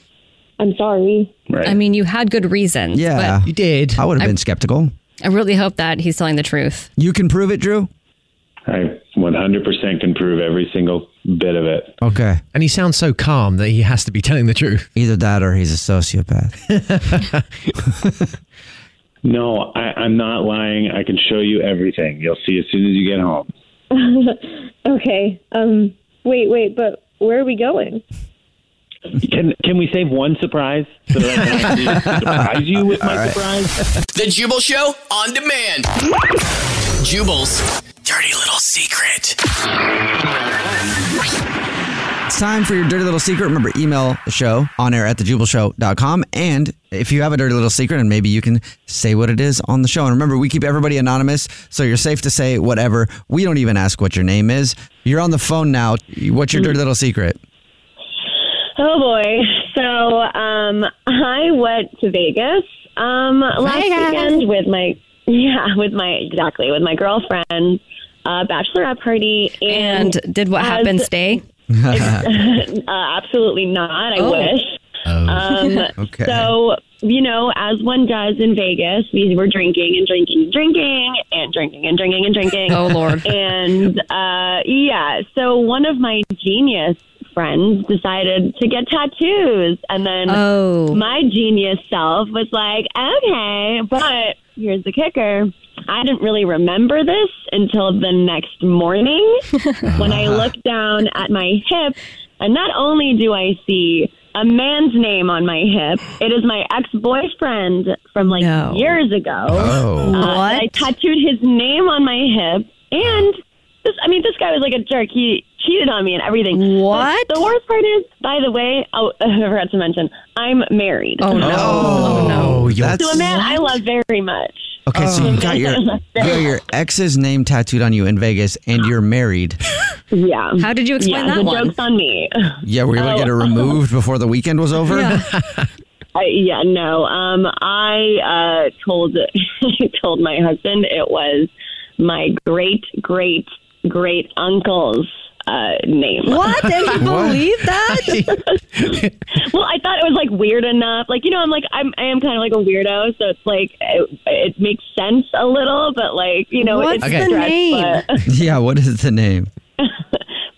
Speaker 7: I'm sorry. (laughs)
Speaker 2: I mean, you had good reasons.
Speaker 1: Yeah,
Speaker 2: you
Speaker 3: did.
Speaker 1: I would have
Speaker 2: I-
Speaker 1: been skeptical.
Speaker 2: I really hope that he's telling the truth.
Speaker 1: You can prove it, Drew.
Speaker 8: I 100% can prove every single bit of it.
Speaker 1: Okay.
Speaker 3: And he sounds so calm that he has to be telling the truth.
Speaker 1: Either that or he's a sociopath.
Speaker 8: No, I, I'm not lying. I can show you everything. You'll see as soon as you get home.
Speaker 7: okay. Um. Wait. Wait. But where are we going?
Speaker 8: Can can we save one surprise so that I can actually (laughs) surprise you with my surprise?
Speaker 4: (laughs) The Jubal Show on demand. Jubal's dirty little secret.
Speaker 1: it's time for your dirty little secret. Remember, email the show on air at thejubalshow.com. And if you have a dirty little secret, and maybe you can say what it is on the show. And remember, we keep everybody anonymous, so you're safe to say whatever. We don't even ask what your name is. You're on the phone now. What's your dirty little secret?
Speaker 9: Oh boy. So um I went to Vegas um last
Speaker 7: Vegas.
Speaker 9: weekend with my (laughs) yeah, with my exactly, with my girlfriend uh bachelorette party and,
Speaker 2: Did what
Speaker 9: as- (laughs)
Speaker 2: happened stay?
Speaker 9: uh, absolutely not. I
Speaker 2: Oh.
Speaker 9: wish.
Speaker 2: (laughs)
Speaker 9: Um,
Speaker 2: Okay.
Speaker 9: So, you know, as one does in Vegas, we were drinking and drinking and drinking and drinking and drinking and drinking.
Speaker 2: Oh,
Speaker 9: (laughs)
Speaker 2: Lord.
Speaker 9: And uh, yeah, so one of my genius friends decided to get tattoos. And then
Speaker 2: Oh.
Speaker 9: my genius self was like, okay, but here's the kicker. I didn't really remember this until the next morning when I looked look down at my hip, and not only do I see a man's name on my hip, it is my ex boyfriend from like
Speaker 2: No.
Speaker 9: years ago.
Speaker 2: Oh.
Speaker 9: Uh, I tattooed his name on my hip, and this, I mean, this guy was like a jerk. He cheated on me and everything. What? the worst part is, by the way, oh, (laughs) I forgot to mention, I'm married. Oh no! Oh,
Speaker 1: Oh, yo-
Speaker 9: to a man I love very much.
Speaker 1: Okay, so
Speaker 2: Oh.
Speaker 1: you
Speaker 9: (laughs)
Speaker 1: got your
Speaker 9: Oh.
Speaker 1: you got your ex's name tattooed on you in Vegas, and you're married.
Speaker 9: Yeah.
Speaker 2: How did you explain
Speaker 9: Yeah,
Speaker 2: that
Speaker 9: the
Speaker 2: one?
Speaker 9: Joke's on me. (laughs)
Speaker 1: Yeah, were you able to
Speaker 9: Oh.
Speaker 1: get it removed before the weekend was over?
Speaker 9: (laughs) I, yeah, no. Um, I uh, told (laughs) told my husband it was my great great great uncle's uh, name.
Speaker 2: What?
Speaker 9: (laughs)
Speaker 2: And he What? believed
Speaker 9: that? well, I thought it was like weird enough. Like you know, I'm like I'm I am kind of like a weirdo, so it's like it, it makes sense a little, but like you know,
Speaker 2: What's
Speaker 9: it's
Speaker 1: Okay.
Speaker 9: a
Speaker 1: the
Speaker 9: stretch,
Speaker 2: name?
Speaker 9: but-
Speaker 1: (laughs) yeah, what is the name?
Speaker 9: (laughs)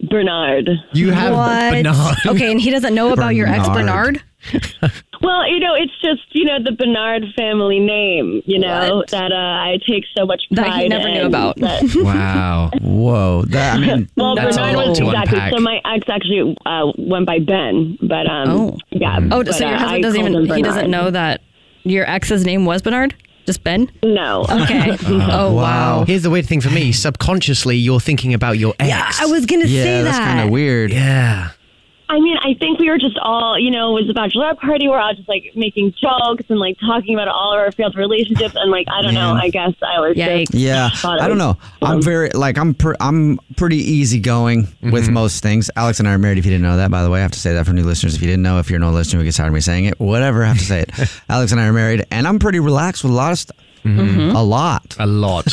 Speaker 9: Bernard.
Speaker 3: You
Speaker 1: have
Speaker 2: What?
Speaker 1: Bernard. (laughs)
Speaker 2: Okay, and he doesn't know about your ex
Speaker 1: Bernard.
Speaker 2: Bernard.
Speaker 1: (laughs)
Speaker 9: Well, you know, it's just you know the Bernard family name, you know that uh, I take so much pride
Speaker 2: That he never knew
Speaker 9: in,
Speaker 2: about. (laughs)
Speaker 9: that-
Speaker 1: (laughs) Wow. Whoa. That, I mean,
Speaker 9: (laughs) well,
Speaker 1: that's a
Speaker 9: Bernard
Speaker 1: lot
Speaker 9: was
Speaker 1: to
Speaker 9: exactly.
Speaker 1: unpack.
Speaker 9: So my ex actually uh, went by Ben, but um, yeah.
Speaker 1: Mm.
Speaker 2: Oh,
Speaker 9: but,
Speaker 2: so your
Speaker 9: uh,
Speaker 2: husband
Speaker 9: I
Speaker 2: doesn't
Speaker 9: called
Speaker 2: even
Speaker 9: him
Speaker 2: he doesn't
Speaker 9: Bernard.
Speaker 2: know that your ex's name was Bernard? Just Ben?
Speaker 9: No.
Speaker 3: (laughs)
Speaker 1: (laughs)
Speaker 2: Okay.
Speaker 1: Uh,
Speaker 2: oh wow.
Speaker 3: Here's the weird thing for me. Subconsciously, you're thinking about your ex.
Speaker 2: Yeah, I was gonna say that.
Speaker 1: weird.
Speaker 3: Yeah.
Speaker 9: I mean, I think we were just all, you know, it was a bachelorette party. We're all just like making jokes and like talking about all of our failed relationships, and like I don't know. I guess I was just
Speaker 1: Yeah,
Speaker 9: (laughs) thought it
Speaker 1: I don't
Speaker 9: was-
Speaker 1: know. I'm very like I'm per, I'm pretty easygoing with
Speaker 3: Mm-hmm.
Speaker 1: most things. Alex and I are married. If you didn't know that, by the way, I have to say that for new listeners. If you didn't know, if you're an old listener who gets tired of me saying it, whatever, I have to say
Speaker 3: (laughs)
Speaker 1: it. Alex and I are married, and I'm pretty relaxed with a lot of stuff.
Speaker 2: Mhm.
Speaker 1: A lot,
Speaker 3: Mm-hmm. a lot.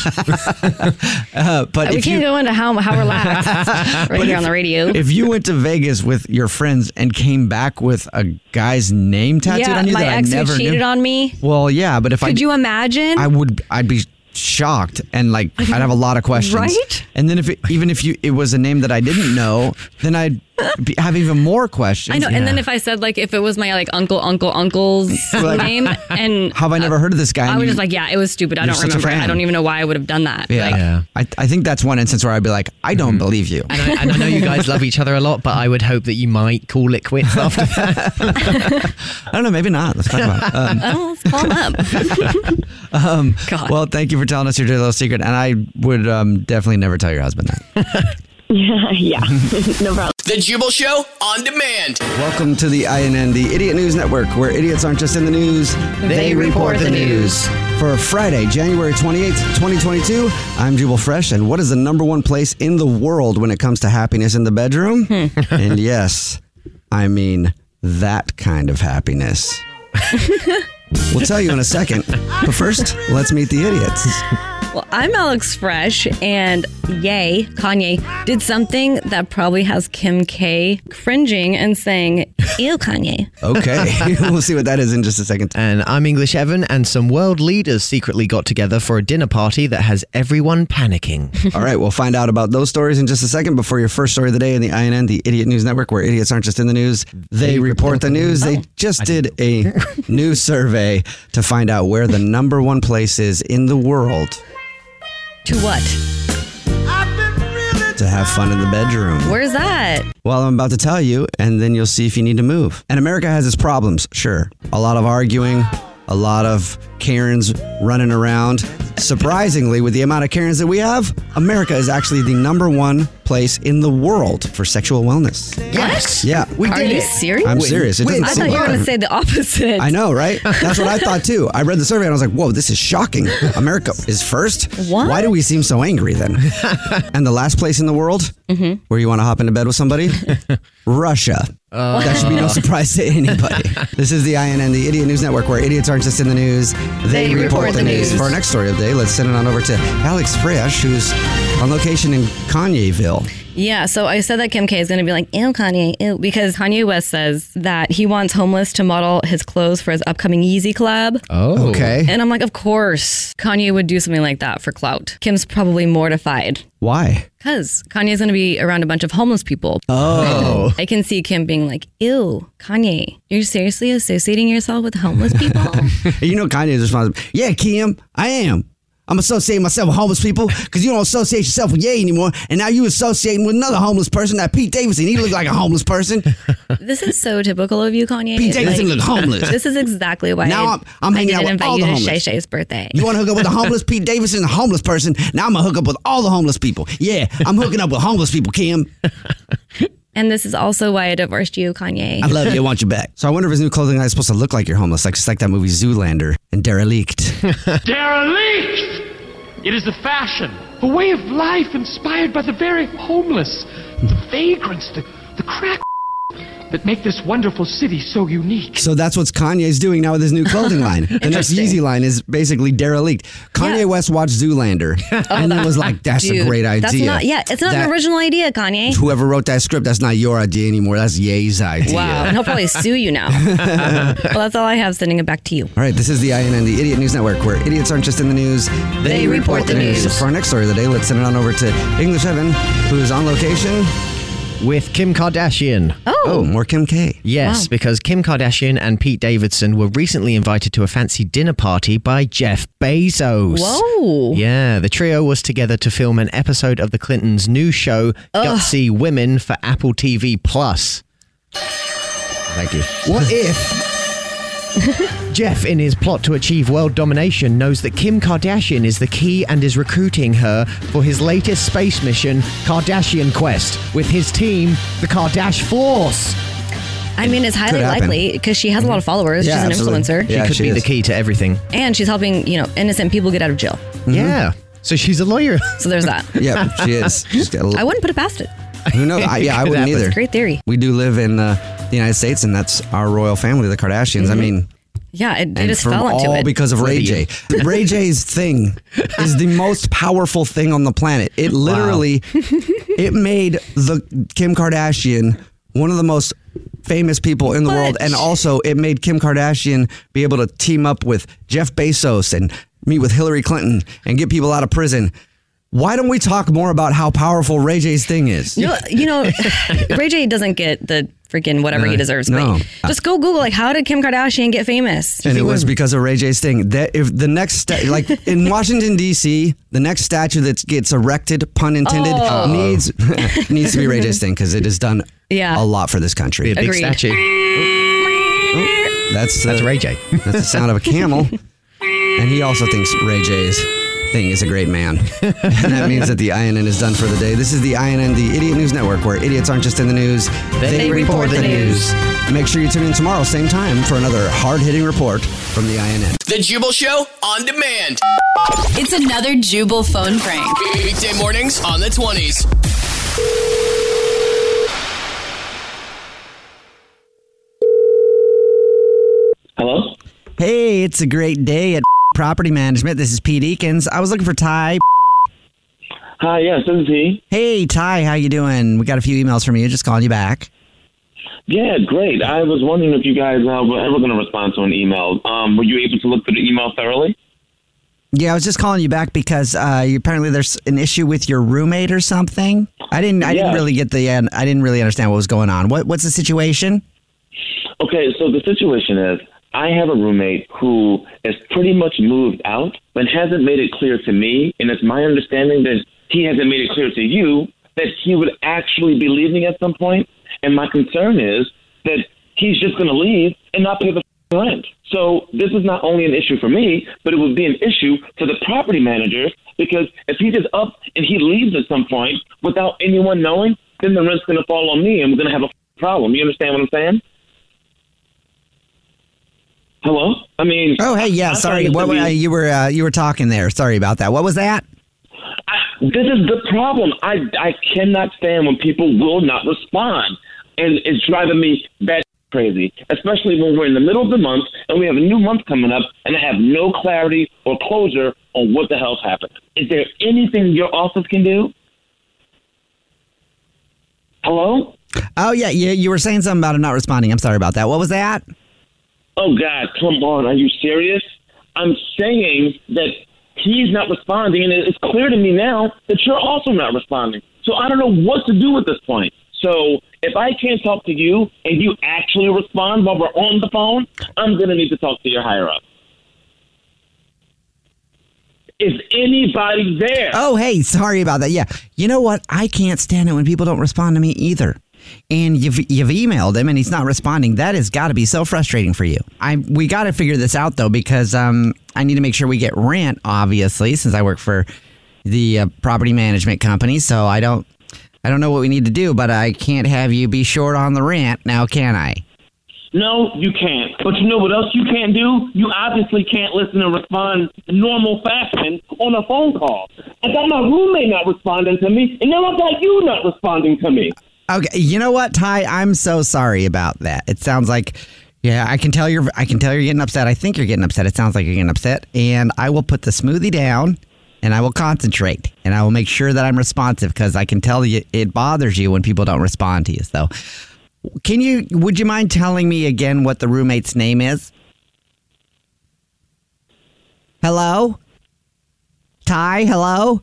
Speaker 1: (laughs) uh, but
Speaker 2: we
Speaker 1: if
Speaker 2: can't
Speaker 1: you,
Speaker 2: go into how how
Speaker 1: (laughs)
Speaker 2: relaxed right
Speaker 1: But
Speaker 2: here
Speaker 1: if-
Speaker 2: on the radio.
Speaker 1: if you went to Vegas with your friends and came back with a guy's name tattooed
Speaker 2: yeah,
Speaker 1: on you
Speaker 2: my
Speaker 1: that
Speaker 2: ex
Speaker 1: I never
Speaker 2: who cheated
Speaker 1: knew,
Speaker 2: on me.
Speaker 1: well, yeah, but if I
Speaker 2: Could you imagine?
Speaker 1: I would. I'd be shocked, and like I'd have a lot of questions.
Speaker 2: Right?
Speaker 1: And then if it, even if you, it was a name that I didn't know, then I'd be, have even more questions.
Speaker 2: I know. And then if I said like if it was my like uncle, uncle, uncle's
Speaker 1: (laughs) Like,
Speaker 2: name, and
Speaker 1: how have I never heard of this guy?
Speaker 2: I
Speaker 1: And
Speaker 2: was
Speaker 1: you-
Speaker 2: just like, yeah, it was stupid. I
Speaker 1: you're
Speaker 2: don't
Speaker 1: such a
Speaker 2: remember. I
Speaker 1: fan.
Speaker 2: don't even know why I would have done that.
Speaker 1: yeah.
Speaker 2: Like,
Speaker 1: I, I think that's one instance where I'd be like, I don't believe you.
Speaker 3: Mm-hmm. And I, and I know you guys love each other a lot, but I would hope that you might call it quits after that.
Speaker 1: (laughs) I don't know. Maybe not. Let's talk
Speaker 2: (laughs)
Speaker 1: about. It. Um,
Speaker 2: oh, let's call him up.
Speaker 1: (laughs) um, Well, thank you for telling us your dirty little secret, and I would um, definitely never tell your husband that.
Speaker 9: (laughs) Yeah, yeah, (laughs) no problem.
Speaker 4: The Jubal Show on demand.
Speaker 1: Welcome to the INN, the Idiot News Network, where idiots aren't just in the news,
Speaker 4: They report the
Speaker 1: For Friday, January 28th, 2022, I'm Jubal Fresh, and what is the number one place in the world when it comes to happiness in the bedroom?
Speaker 4: Hmm.
Speaker 1: (laughs) and yes, I mean that kind of
Speaker 4: (laughs)
Speaker 1: happiness. we'll tell you in a second, but first, let's meet the idiots.
Speaker 2: Well, I'm Alex Fresh, and yay, Kanye did something that probably has Kim K cringing and saying, "Ew, Kanye."
Speaker 1: Okay, (laughs) we'll see what that is in just a second.
Speaker 3: And I'm English Evan, and some world leaders secretly got together for a dinner party that has everyone panicking.
Speaker 1: (laughs) All
Speaker 3: (laughs)
Speaker 1: right, we'll find out about those stories in just a second. Before your first story of the day in the INN, the Idiot News Network, where idiots aren't just in the news, they, report Oh, the news. They just did a (laughs) new survey to find out where the number one place is in the world
Speaker 2: (laughs) To what?
Speaker 1: to have fun in the bedroom.
Speaker 2: Where's that?
Speaker 1: Well, I'm about to tell you, and then you'll see if you need to move. And America has its problems, sure. A lot of arguing, a lot of Karens running around. Surprisingly, with the amount of Karens that we have, America is actually the number one place in the world for sexual wellness.
Speaker 3: Yes.
Speaker 1: Yeah.
Speaker 2: Are you serious?
Speaker 1: I'm serious. It doesn't
Speaker 2: I
Speaker 1: seem
Speaker 2: thought you were
Speaker 1: like
Speaker 2: going
Speaker 1: it.
Speaker 2: to say the
Speaker 1: (laughs)
Speaker 2: opposite.
Speaker 1: I know, right? That's what I thought too. I read the survey and I was like, whoa, this is shocking. America is first.
Speaker 2: What?
Speaker 1: Why do we seem so angry (laughs) then? and the last place in the world
Speaker 2: Mhm.
Speaker 1: where you want to hop into bed with (laughs) somebody? Russia. that should be (laughs) no surprise to anybody. this is the INN, the Idiot News Network, where idiots aren't just in the news, they, report, the, news. For our next story of the day, let's send it on over to Alex Fresh, who's on location in Kanyeville.
Speaker 2: Yeah, so I said that Kim K is going to be like, ew, Kanye, ew, because Kanye West says that he wants homeless to model his clothes for his upcoming Yeezy collab.
Speaker 1: Oh. Okay.
Speaker 2: And I'm like, of course, Kanye would do something like that for clout. Kim's probably mortified
Speaker 1: Why?
Speaker 2: because Kanye's going to be around a bunch of homeless people.
Speaker 1: Oh.
Speaker 2: I can see Kim being like, ew, Kanye, you're seriously
Speaker 1: Oh. (laughs)
Speaker 2: associating yourself with homeless people?
Speaker 1: you know Kanye's response. Yeah, Kim, I am. I'm associating myself with homeless people because you don't associate yourself with Ye anymore, and now you associating with another homeless person. That Pete Davidson, he looked like a homeless person.
Speaker 2: (laughs) This is so typical of you, Kanye.
Speaker 1: Pete Davidson look homeless.
Speaker 2: This is exactly why
Speaker 1: Now
Speaker 2: I,
Speaker 1: I'm- I'm hanging
Speaker 2: I
Speaker 1: out
Speaker 2: didn't
Speaker 1: with
Speaker 2: invite
Speaker 1: all
Speaker 2: you
Speaker 1: the
Speaker 2: to Shay
Speaker 1: homeless.
Speaker 2: Shay's birthday.
Speaker 1: You want to hook up
Speaker 2: (laughs)
Speaker 1: with a homeless Pete Davidson, a homeless person? Now I'm gonna hook up with all the homeless people. Yeah, I'm hooking up with homeless people, Kim.
Speaker 2: And this is also why I divorced you, Kanye.
Speaker 1: I love
Speaker 2: (laughs)
Speaker 1: you. I want you back. So I wonder if his new clothing line is supposed to look like you're homeless, like just like that movie Zoolander and Derelict.
Speaker 11: Derelict! It is a fashion, a way of life inspired by the very homeless, the vagrants, the, the crack that make this wonderful city so unique.
Speaker 1: So that's what Kanye's doing now with his new
Speaker 11: (laughs)
Speaker 1: clothing line. The next Yeezy line is basically derelict. Kanye West watched
Speaker 2: (laughs)
Speaker 1: Zoolander and then was like, "That's
Speaker 2: Oh, Dude,
Speaker 1: a great idea."
Speaker 2: That's not, yeah, it's not
Speaker 1: That-
Speaker 2: an original idea, Kanye.
Speaker 1: Whoever wrote that script, that's not your idea anymore. That's Ye's idea.
Speaker 2: Wow. And he'll probably sue you now. well, that's all I have, sending it back to you.
Speaker 1: (laughs) All right, this is the INN, the Idiot News Network, where idiots aren't just in the news,
Speaker 2: They report the news.
Speaker 1: For our next story of the day, let's send it on over to English Evan, who's on location.
Speaker 3: With Kim Kardashian.
Speaker 2: Oh.
Speaker 1: more Kim K.
Speaker 3: Yes,
Speaker 1: Wow.
Speaker 3: because Kim Kardashian and Pete Davidson were recently invited to a fancy dinner party by Jeff Bezos.
Speaker 2: Whoa.
Speaker 3: Yeah, the trio was together to film an episode of the Clintons' new show, Gutsy Women, for Apple TV Plus. Thank you.
Speaker 1: What if
Speaker 3: (laughs) Jeff, in his plot to achieve world domination, knows that Kim Kardashian is the key and is recruiting her for his latest space mission, Kardashian Quest, with his team, the Kardash Force.
Speaker 2: I mean, it's highly
Speaker 3: Could happen.
Speaker 2: likely because she has a lot of followers. she's an influencer.
Speaker 3: She could be the key to everything.
Speaker 2: And she's helping, you know, innocent people get out of jail.
Speaker 1: Mm-hmm.
Speaker 3: Yeah. So she's a lawyer.
Speaker 2: So there's that.
Speaker 1: (laughs) Yeah, she is. She's got a
Speaker 2: I wouldn't put it past it.
Speaker 1: Who knows? I, yeah, I
Speaker 2: (laughs) Could
Speaker 1: wouldn't
Speaker 2: happen.
Speaker 1: either.
Speaker 2: It's a great theory.
Speaker 1: We do live in uh, the United States, and that's our royal family, the Kardashians. I mean,
Speaker 2: Yeah, it, Mm-hmm. they
Speaker 1: and
Speaker 2: just
Speaker 1: from
Speaker 2: fell into
Speaker 1: all
Speaker 2: it.
Speaker 1: because of Ray J. (laughs) Ray J's thing is the most powerful thing on the planet. It
Speaker 2: (laughs)
Speaker 1: literally, it made the Kim Kardashian one of the most famous people in the world, and also it made Kim Kardashian be able to team up with Jeff Bezos and meet with Hillary Clinton and get people out of prison. Why don't we talk more about how powerful Ray J's thing is?
Speaker 2: No, you know, (laughs) Ray J doesn't get the freaking whatever
Speaker 1: No,
Speaker 2: he deserves. but
Speaker 1: no.
Speaker 2: Just go Google, like, how did Kim Kardashian get famous?
Speaker 1: and it was because of Ray J's thing. That if the next sta-
Speaker 2: (laughs)
Speaker 1: like in Washington D.C., the next statue that gets erected, pun intended,
Speaker 2: Oh. (laughs)
Speaker 1: needs (laughs) needs to be Ray J's thing because it has done
Speaker 2: Yeah.
Speaker 1: a lot for this country. Oh,
Speaker 2: Be a big Agreed. statue.
Speaker 1: That's that's Ray J. That's the sound of a
Speaker 2: (laughs)
Speaker 1: camel, and he also thinks Ray J's thing is a great (laughs) man. and that means that the INN is done for the day. This is the INN, the Idiot News Network, where idiots aren't just in the news,
Speaker 3: They report the news.
Speaker 1: Make sure you tune in tomorrow, same time, for another hard hitting report from the INN.
Speaker 4: The Jubal Show on demand.
Speaker 12: It's another Jubal phone prank.
Speaker 4: Weekday mornings on the 20s.
Speaker 1: Hello? Hey, it's a great day at Property Management. This is Pete Eakins. I was looking for Ty. Hi, yes, this is he. Hey, Ty, how you doing? We got a few emails from you. Just calling you back.
Speaker 10: Yeah, great. I was wondering if you guys uh, were ever going to respond to an email. Um, were you able to look through the email thoroughly?
Speaker 1: Yeah, I was just calling you back because uh, you, apparently there's an issue with your roommate or something. I didn't. I didn't
Speaker 10: Yeah.
Speaker 1: really get the. uh, I didn't really understand what was going on. What What's the situation?
Speaker 10: Okay, so the situation is I have a roommate who has pretty much moved out, but hasn't made it clear to me, and it's my understanding that he hasn't made it clear to you that he would actually be leaving at some point. And my concern is that he's just going to leave and not pay the rent. So this is not only an issue for me, but it would be an issue for the property manager because if he just up and he leaves at some point without anyone knowing, then the rent's going to fall on me and we're going to have a problem. You understand what I'm saying? Hello. I mean.
Speaker 1: Oh, hey, yeah.
Speaker 10: I'm
Speaker 1: sorry.
Speaker 10: sorry,
Speaker 1: what,
Speaker 10: Mr. Lee.
Speaker 1: uh, you were uh, you were talking there. Sorry about that. What was that?
Speaker 10: this is the problem. I I cannot stand when people will not respond, and it's driving me that crazy. Especially when we're in the middle of the month and we have a new month coming up, and I have no clarity or closure on what the hell's happened. Is there anything your office can do? Hello.
Speaker 1: Oh yeah, yeah. You were saying something about him not responding. I'm sorry about that. What was that?
Speaker 10: Oh God, come on! Are you serious? I'm saying that he's not responding, and it's clear to me now that you're also not responding. So I don't know what to do at this point. So if I can't talk to you and you actually respond while we're on the phone, I'm gonna need to talk to your higher up. is anybody there?
Speaker 1: Oh, hey, sorry about that. Yeah. You know what? I can't stand it when people don't respond to me either. And you've, you've emailed him and he's not responding. That has got to be so frustrating for you. I We got to figure this out, though, because um, I need to make sure we get rent, obviously, since I work for the uh, property management company. So I don't. I don't know what we need to do, but I can't have you be short on the rent now, can I?
Speaker 10: No, you can't. But you know what else you can't do? You obviously can't listen and respond normal fashion on a phone call. I got my roommate not responding to me, and now I got you not responding to me.
Speaker 1: Okay, you know what, Ty? I'm so sorry about that. It sounds like, yeah, I can tell you're, I can tell you're getting upset. I think you're getting upset. It sounds like you're getting upset, and I will put the smoothie down, and I will concentrate, and I will make sure that I'm responsive because I can tell you it bothers you when people don't respond to you. So, can you? Would you mind telling me again what the roommate's name is? Hello, Ty. Hello,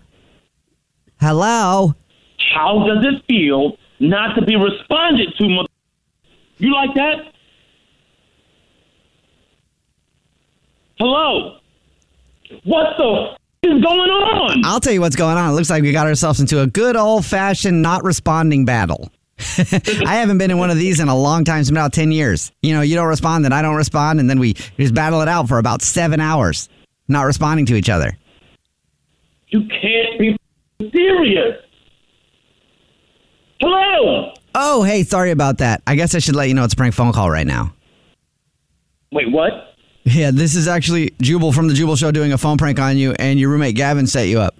Speaker 1: hello.
Speaker 10: How does it feel not to be responded to? Mother- you like that? Hello. What the f- is going on?
Speaker 1: I'll tell you what's going on. It looks like we got ourselves into a good old fashioned not responding battle. (laughs) I haven't been in one of these in a long time, it's been about 10 years. You know, you don't respond, then I don't respond, and then we just battle it out for about seven hours, not responding to each other.
Speaker 10: You can't be f- serious. Hello.
Speaker 1: Oh, hey, sorry about that. I guess I should let you know it's a prank phone call right now.
Speaker 10: Wait, what? (laughs)
Speaker 1: Yeah, this is actually Jubal from the Jubal Show doing a phone prank on you, and your roommate Gavin set you up.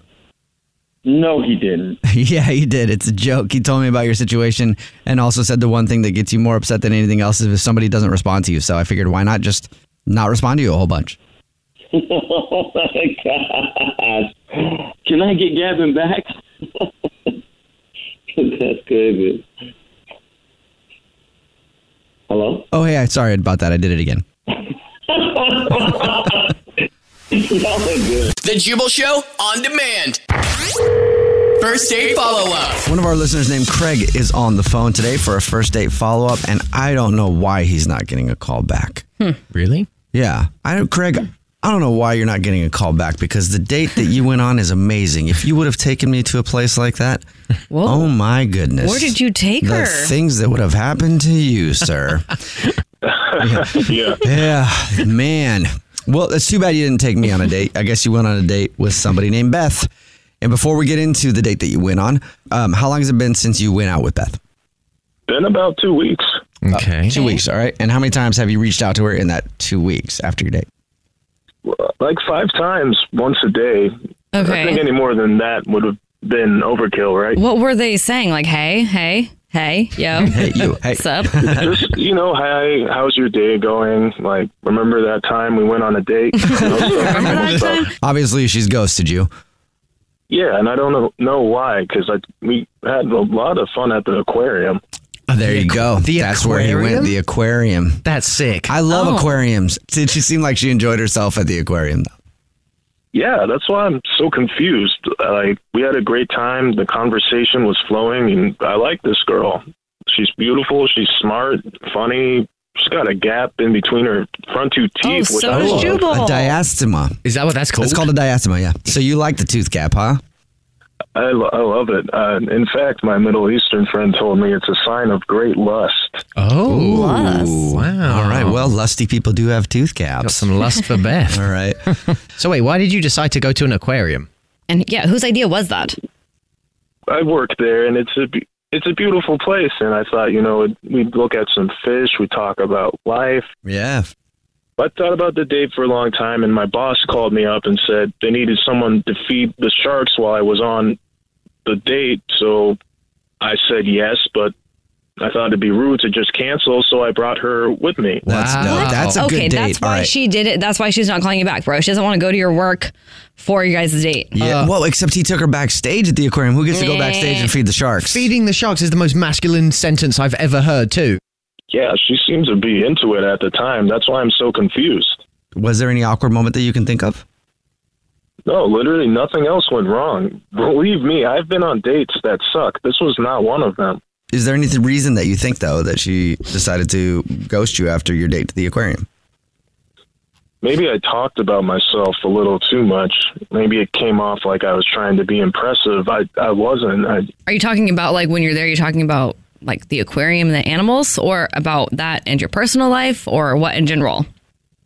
Speaker 10: No, he didn't.
Speaker 1: (laughs) yeah, he did. It's a joke. He told me about your situation and also said the one thing that gets you more upset than anything else is if somebody doesn't respond to you. So I figured, why not just not respond to you a whole bunch?
Speaker 10: oh my gosh. Can I get Gavin back? (laughs) That's crazy. Hello?
Speaker 1: Oh, hey, I- sorry about that. I did it again.
Speaker 4: The Jubal Show on demand. First date follow up.
Speaker 1: One of our listeners named Craig is on the phone today for a first date follow up, and I don't know why he's not getting a call back.
Speaker 2: Hmm.
Speaker 1: Really? Yeah. I don't, Craig, I don't know why you're not getting a call back because the date that you went on is amazing. If you would have taken me to a place like
Speaker 2: (laughs)
Speaker 1: that, oh my goodness.
Speaker 2: Where did you take
Speaker 1: the
Speaker 2: her?
Speaker 1: Things that would have happened to you, sir. yeah. yeah. man. Well, it's too bad you didn't take me on a date. I guess you went on a date with somebody named Beth. And before we get into the date that you went on, um, how long has it been since you went out with Beth?
Speaker 13: Been about two weeks.
Speaker 1: Okay. two weeks, all right. And how many times have you reached out to her in that two weeks after your date?
Speaker 13: like five times once a day.
Speaker 2: Okay.
Speaker 13: I think any more than that would have been overkill, right?
Speaker 2: What were they saying? Like, hey, hey, hey, yo.
Speaker 1: (laughs) Hey, you. Hey.
Speaker 2: What's up?
Speaker 13: (laughs) Just you know, hi, how's your day going? Like, remember that time we went on a
Speaker 2: (laughs)
Speaker 13: date? You know, stuff like that. So,
Speaker 1: Obviously, she's ghosted you.
Speaker 13: yeah, and I don't know know why because I we had a lot of fun at the aquarium.
Speaker 1: there you go. That's where he went. The aquarium. That's sick. I love
Speaker 13: Oh.
Speaker 1: aquariums. Did she seem like she enjoyed herself at the aquarium? though?
Speaker 13: Yeah, that's why I'm so confused. Like, we had a great time. The conversation was flowing, and I like this girl. She's beautiful. She's smart, funny. She's got a gap in between her front two teeth. which I love.
Speaker 1: Oh, A diastema. Is that what that's called? It's called a diastema. Yeah. So you like the tooth gap, huh?
Speaker 13: I, lo- I love it. Uh, in fact, my Middle Eastern friend told me it's a sign of great lust.
Speaker 1: Oh, wow! All right. Well, lusty people do have tooth gaps. Got some
Speaker 14: lust for Beth.
Speaker 1: (laughs) All right.
Speaker 14: (laughs) so wait, why did you decide to go to an aquarium?
Speaker 2: And yeah, whose idea was that?
Speaker 13: I work there, and it's a be- it's a beautiful place. And I thought, you know, we'd look at some fish. We talk about life.
Speaker 1: Yeah.
Speaker 13: I thought about the date for a long time, and my boss called me up and said they needed someone to feed the sharks while I was on the date. So I said yes, but I thought it'd be rude to just cancel, so I brought her with me.
Speaker 1: That's
Speaker 2: What? okay, that's why she did it. That's why she's not calling you back, bro. She doesn't want to go to your work for your guys' date. Uh,
Speaker 1: Yeah. Uh, well, except he took her backstage at the aquarium. Who gets to go
Speaker 2: Nah.
Speaker 1: backstage and feed the sharks?
Speaker 14: Feeding the sharks is the most masculine sentence I've ever heard, too.
Speaker 13: Yeah, she seemed to be into it at the time. That's why I'm so confused.
Speaker 1: Was there any awkward moment that you can think of?
Speaker 13: No, literally nothing else went wrong. Believe me, I've been on dates that suck. This was not one of them.
Speaker 1: Is there any th- reason that you think though that she decided to ghost you after your date to the aquarium?
Speaker 13: Maybe I talked about myself a little too much. Maybe it came off like I was trying to be impressive. I, I wasn't. I,
Speaker 2: Are you talking about like when you're there, you're talking about like the aquarium and the animals, or about that and your personal life, or what in general?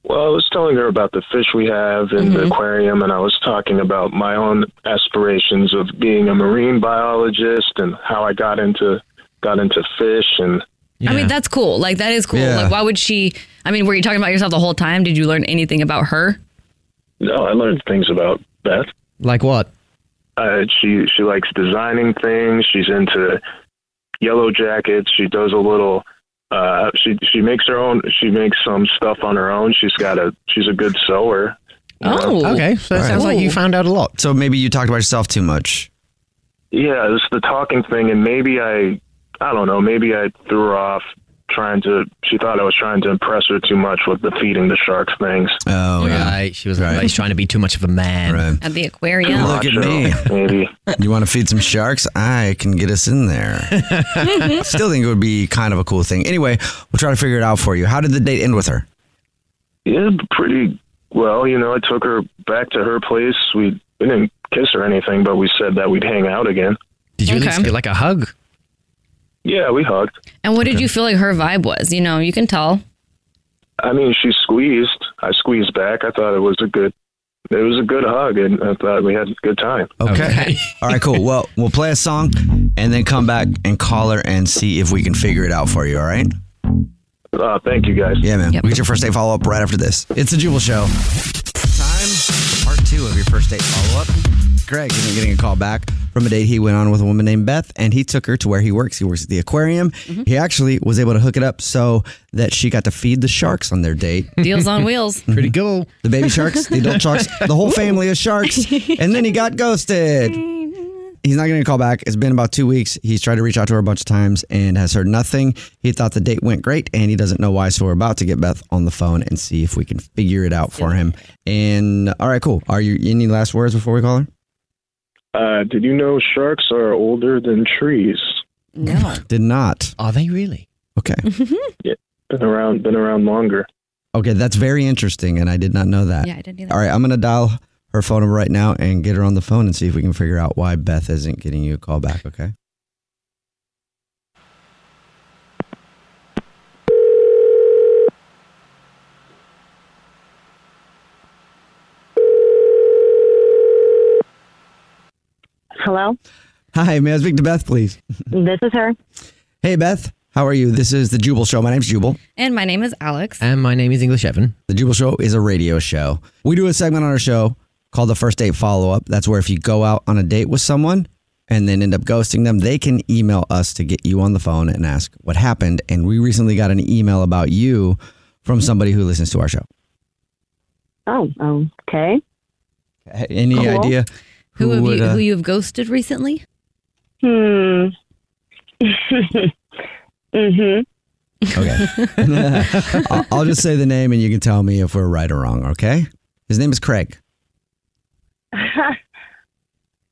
Speaker 13: well, I was telling her about the fish we have in
Speaker 2: Mm-hmm.
Speaker 13: the aquarium, and I was talking about my own aspirations of being a marine biologist and how I got into got into fish and
Speaker 2: I mean, that's cool. Like, that is cool.
Speaker 13: Yeah.
Speaker 2: Like, why would she? I mean, were you talking about yourself the whole time? Did you learn anything about her?
Speaker 13: no, I learned things about Beth.
Speaker 14: Like what?
Speaker 13: Uh, she she likes designing things. She's into yellow jackets. She does a little. Uh, she she makes her own. She makes some stuff on her own. She's got a. She's a good sewer. Oh.
Speaker 1: Oh.
Speaker 13: Uh,
Speaker 14: okay. So it sounds like you found out a lot.
Speaker 1: So maybe you talked about yourself too much.
Speaker 13: Yeah, it's the talking thing, and maybe I. I don't know. Maybe I threw her off trying to. She thought I was trying to impress her too much with the feeding the sharks things.
Speaker 1: Oh,
Speaker 14: right. She was like, he's trying to be too much of a man.
Speaker 2: At the aquarium.
Speaker 1: Look at me.
Speaker 13: (laughs)
Speaker 1: You want to feed some sharks? I can get us in (laughs) there. Still think it would be kind of a cool thing. Anyway, we'll try to figure it out for you. How did the date end with her?
Speaker 13: Yeah, pretty well. You know, I took her back to her place. We, we didn't kiss or anything, but we said that we'd hang out again.
Speaker 14: Did you at least
Speaker 2: Okay.
Speaker 14: get like a hug?
Speaker 13: Yeah, we hugged.
Speaker 2: And what did you feel like her vibe was? You know, you can tell.
Speaker 13: I mean, she squeezed. I squeezed back. I thought it was a good. It was a good hug, and I thought we had a good time.
Speaker 1: Okay. All right, cool. Well, we'll play a song and then come back and call her and see if we can figure it out for you. All right.
Speaker 13: Uh, thank you, guys.
Speaker 1: Yeah, man. We get your first date follow up right after this. It's the Jubal Show. Time part two of your first date follow up. Greg isn't getting a call back from a date he went on with a woman named Beth, and he took her to where he works. He works at the aquarium.
Speaker 2: Mm-hmm.
Speaker 1: He actually was able to hook it up so that she got to feed the sharks on their date.
Speaker 2: (laughs) Deals on
Speaker 1: (laughs)
Speaker 2: wheels.
Speaker 14: Pretty cool.
Speaker 1: The baby sharks, the adult (laughs) sharks, the whole
Speaker 2: (laughs)
Speaker 1: family of sharks. And then he got ghosted. He's not getting a call back. It's been about two weeks. He's tried to reach out to her a bunch of times and has heard nothing. He thought the date went great and he doesn't know why. So we're about to get Beth on the phone and see if we can figure it out for him. And all right, cool. Are you any last words before we call her?
Speaker 13: Uh, did you know sharks are older than trees?
Speaker 2: No.
Speaker 1: Did not.
Speaker 14: Are they really?
Speaker 1: Okay.
Speaker 13: yeah, been around, been around longer.
Speaker 1: Okay, that's very interesting, and I did not know that.
Speaker 13: Yeah, I didn't either.
Speaker 1: All right, I'm gonna dial her phone number right now and get her on the phone and see if we can figure out why Beth isn't getting you a call back. Okay.
Speaker 15: Hello,
Speaker 1: Hi, may I speak to Beth, please?
Speaker 15: this is her.
Speaker 1: Hey, Beth. How are you? This is the Jubal Show. My name's Jubal.
Speaker 2: And my name is Alex.
Speaker 14: And my name is English Evan.
Speaker 1: The Jubal Show is a radio show. We do a segment on our show called the First Date Follow Up. That's where if you go out on a date with someone and then end up ghosting them, they can email us to get you on the phone and ask what happened. And we recently got an email about you from somebody who listens to our show.
Speaker 15: Oh, okay.
Speaker 1: Any
Speaker 15: Cool.
Speaker 1: idea
Speaker 2: Who, have
Speaker 1: would,
Speaker 2: you
Speaker 1: uh,
Speaker 2: who you've ghosted recently?
Speaker 15: Hmm. (laughs) mhm.
Speaker 1: Okay. (laughs)
Speaker 15: (laughs)
Speaker 1: I'll, I'll just say the name and you can tell me if we're right or wrong, okay? His name is Craig.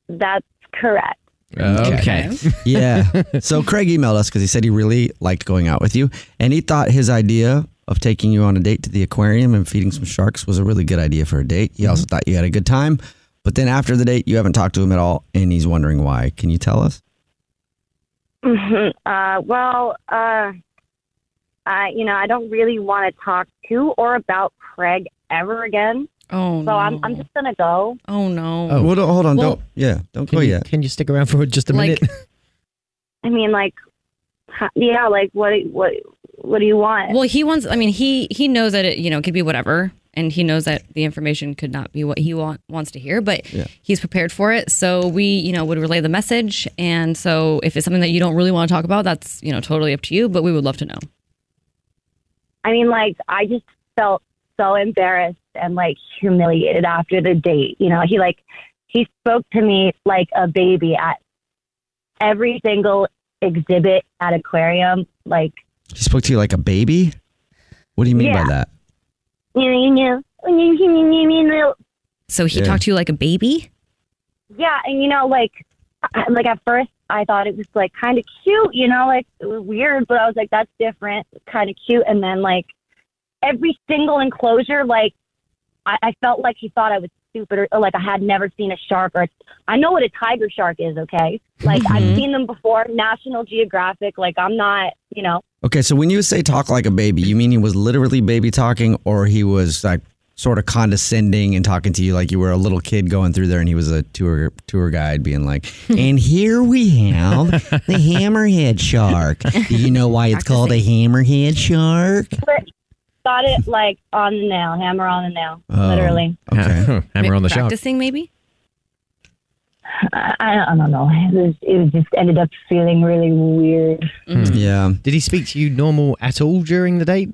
Speaker 15: That's correct. (laughs)
Speaker 14: Okay.
Speaker 1: (laughs) yeah. So Craig emailed us because he said he really liked going out with you and he thought his idea of taking you on a date to the aquarium and feeding some sharks was a really good idea for a date. He also thought you had a good time. But then after the date, you haven't talked to him at all and he's wondering why. Can you tell us?
Speaker 15: Mhm. Uh, well, uh, I you know I don't really want to talk to or about Craig ever again.
Speaker 2: Oh
Speaker 15: so I'm I'm just gonna go.
Speaker 2: Oh, no.
Speaker 1: Oh, well, don't- hold on.
Speaker 14: Well-
Speaker 1: don't. Yeah. Don't
Speaker 14: Can
Speaker 1: go
Speaker 14: you-
Speaker 1: yet.
Speaker 14: Can you stick around for just a
Speaker 15: Like-
Speaker 14: minute?
Speaker 15: I mean, like, ha- yeah, like what what what do you want?
Speaker 2: Well, he wants. I mean, he he knows that it you know could be whatever, and he knows that the information could not be what he want, wants to hear, but
Speaker 1: Yeah.
Speaker 2: he's prepared for it. So we you know would relay the message, and so if it's something that you don't really want to talk about, that's you know totally up to you. But we would love to know.
Speaker 15: I mean, like, I just felt so embarrassed and like humiliated after the date. You know, he like he spoke to me like a baby at every single exhibit at aquarium. Like,
Speaker 1: He spoke to you like a baby? What do you mean
Speaker 15: Yeah.
Speaker 1: by that?
Speaker 15: you know, you know, you know, you know.
Speaker 2: So he
Speaker 1: Yeah.
Speaker 2: talked to you like a baby.
Speaker 15: yeah, and you know, like, I, like at first I thought it was like kind of cute. You know, like it was weird, but I was like, that's different, kind of cute. And then like every single enclosure, like I, I felt like he thought I was stupid or, or like I had never seen a shark or I know what a tiger shark is. Okay, like I've seen them before, National Geographic. Like I'm not, you know.
Speaker 16: Okay, so
Speaker 1: when you say talk like a baby, you mean he was literally baby talking, or he was like sort of condescending and talking to you like you were a little kid going through there, and he was a tour tour guide being like,
Speaker 15: (laughs)
Speaker 1: "And here we have the hammerhead shark. Do you know why it's called a hammerhead shark?"
Speaker 15: But got it like on the nail, hammer on the nail,
Speaker 1: Oh,
Speaker 15: literally.
Speaker 1: Okay,
Speaker 3: (laughs) hammer on the shark.
Speaker 15: Practicing maybe. I, I don't know. It, was, it just ended up feeling really weird.
Speaker 2: mm.
Speaker 14: Hmm.
Speaker 1: Yeah.
Speaker 3: Did he speak to you normal at all during the date?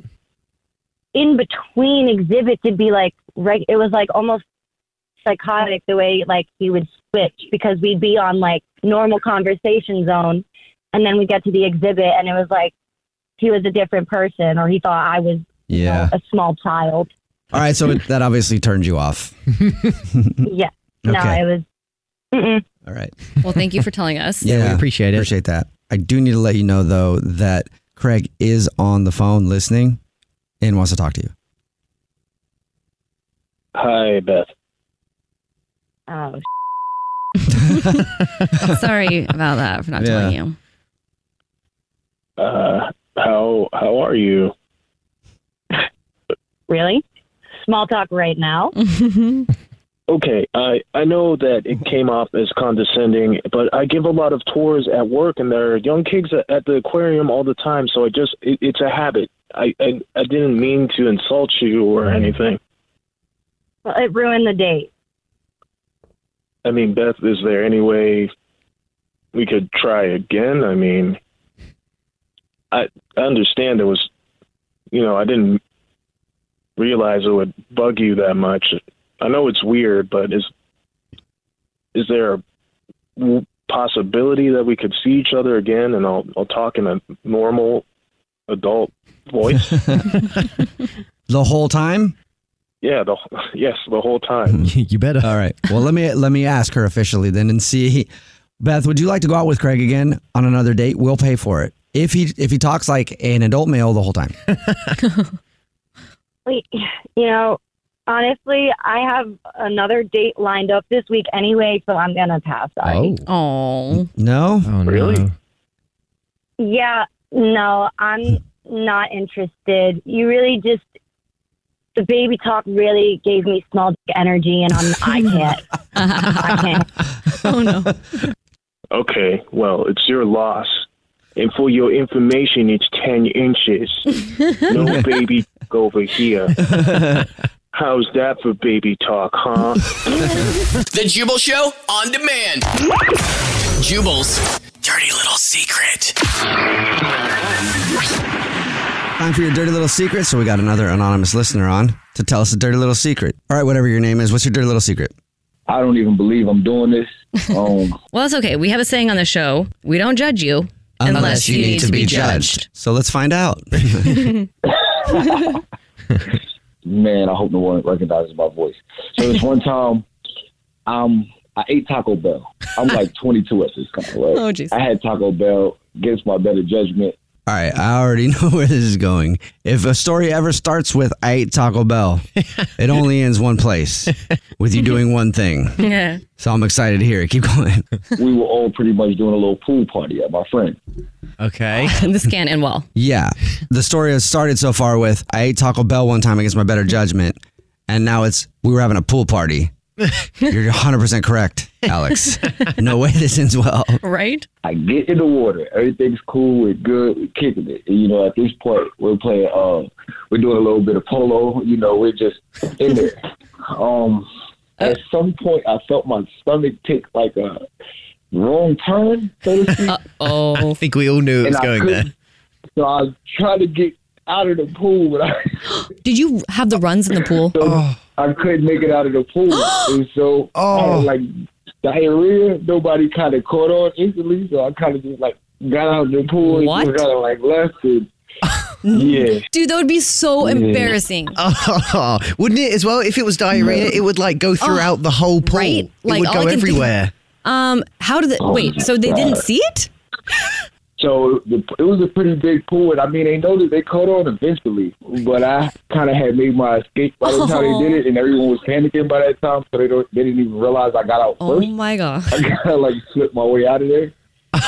Speaker 15: in between exhibits, it'd be like right. It was like almost psychotic the way like he would switch because we'd be on like normal conversation zone, and then we get to the exhibit, and it was like he was a different person, or he thought I was
Speaker 1: Yeah.
Speaker 15: a small child.
Speaker 1: All right, so that obviously turned you off.
Speaker 15: yeah. No,
Speaker 1: Okay.
Speaker 15: it was. Mm-mm.
Speaker 1: All right.
Speaker 2: Well, thank you for telling us.
Speaker 1: appreciate it. Appreciate that. I do need to let you know though that Craig is on the phone listening and wants to talk to you.
Speaker 13: Hi, Beth.
Speaker 15: Oh.
Speaker 2: (laughs) Sorry about that for not telling you.
Speaker 13: Uh, how how are you?
Speaker 15: Really? Small talk right (laughs) now.
Speaker 13: Okay, I I know that it came off as condescending, but I give a lot of tours at work, and there are young kids at- at the aquarium all the time. So I just it, it's a habit. I, I I didn't mean to insult you or anything.
Speaker 15: well, it ruined the date.
Speaker 13: I mean, Beth, is there any way we could try again? I mean, I I understand it was, you know, I didn't realize it would bug you that much. I know it's weird, but is is there a w- possibility that we could see each other again and I'll I'll talk in a normal adult voice?
Speaker 1: The whole time?
Speaker 13: yeah, the wh- yes, the whole time.
Speaker 1: (laughs) you better. All right. Well, let me let me ask her officially then and see. Beth, would you like to go out with Craig again on another date? We'll pay for it. If he if he talks like an adult male the whole (laughs) time.
Speaker 15: Wait, you know, honestly, I have another date lined up this week anyway, so I'm gonna pass. Sorry.
Speaker 2: Oh.
Speaker 1: No?
Speaker 3: Oh, no. Really?
Speaker 15: Yeah, no, I'm not interested. You really just the baby talk really gave me small dick energy, and I'm I can't. I can't.
Speaker 2: Oh no.
Speaker 13: Okay, well, it's your loss. And for your information, it's 10 inches.
Speaker 11: (laughs)
Speaker 13: No baby over here. How's that for baby talk, huh?
Speaker 4: (laughs) The Jubal Show on demand. Jubal's dirty little secret.
Speaker 1: Time for your dirty little secret. So we got another anonymous listener on to tell us a dirty little secret. All right, whatever your name is, what's your dirty little secret?
Speaker 17: I don't even believe I'm doing
Speaker 1: (laughs)
Speaker 17: this. Um,
Speaker 2: Well, that's okay. We have a saying on the show we don't judge you unless, you need to be judged.
Speaker 1: So let's find (laughs) out.
Speaker 17: man, I hope no one recognizes my voice. So this one time, um, I ate Taco Bell.
Speaker 1: (laughs)
Speaker 17: I'm like 22 at this time, right?
Speaker 1: Oh, jeez.
Speaker 17: I had Taco Bell against my better judgment.
Speaker 1: All right, I already (laughs) know where this is going. If a story ever starts with I ate Taco Bell, it only ends one place with you doing one thing.
Speaker 2: (laughs) Yeah.
Speaker 1: So I'm excited to hear it. Keep going.
Speaker 17: We were all pretty much doing a little pool party at my friend.
Speaker 1: Okay.
Speaker 2: this can't end well.
Speaker 1: Yeah. The story has started so far with I ate Taco Bell one time against my better judgment, and now it's we were having a pool party. You're 100% correct, Alex. No way this ends well.
Speaker 2: Right?
Speaker 17: I get in the water. Everything's cool. We're good. We're kicking it. And, you know, at this point, we're playing. Um, we're doing a little bit of polo. You know, we're just
Speaker 1: (laughs)
Speaker 17: in there. Um,
Speaker 1: Uh,
Speaker 17: at some point, I felt my stomach take like a wrong turn. So to
Speaker 2: (laughs)
Speaker 17: speak.
Speaker 2: Oh.
Speaker 3: I think we all knew it
Speaker 17: And
Speaker 3: was
Speaker 17: I
Speaker 3: going
Speaker 17: couldn't-
Speaker 3: there.
Speaker 17: So I was trying to get out of the pool, but I
Speaker 2: (gasps) Did you have the runs in the pool?
Speaker 17: (gasps) I couldn't make it out of the pool. and so I had like diarrhea. Nobody kind of caught on instantly, so I kind of just like got out of the pool
Speaker 2: What?
Speaker 17: and kind of like left
Speaker 2: (laughs)
Speaker 17: it. yeah.
Speaker 2: Dude, that would be so embarrassing.
Speaker 3: Oh, (laughs) wouldn't it as well? If it was diarrhea, it would like go throughout the whole pool. It
Speaker 2: Oh, Like,
Speaker 3: would
Speaker 2: all I
Speaker 3: go
Speaker 2: (laughs) can think-
Speaker 3: everywhere. (laughs)
Speaker 2: Um, how did they?
Speaker 3: Oh,
Speaker 2: wait,
Speaker 3: my
Speaker 2: so they didn't
Speaker 3: God.
Speaker 2: see it?
Speaker 17: So the, it was a pretty big pool, and I mean, they know that they caught on eventually, but I kind of had made my escape by the time
Speaker 2: Oh.
Speaker 17: they did it, and everyone was panicking by that time, so they don't, they didn't even realize I got out
Speaker 2: Oh
Speaker 17: first.
Speaker 2: my gosh.
Speaker 17: (laughs) I kind of like slipped my way out of there.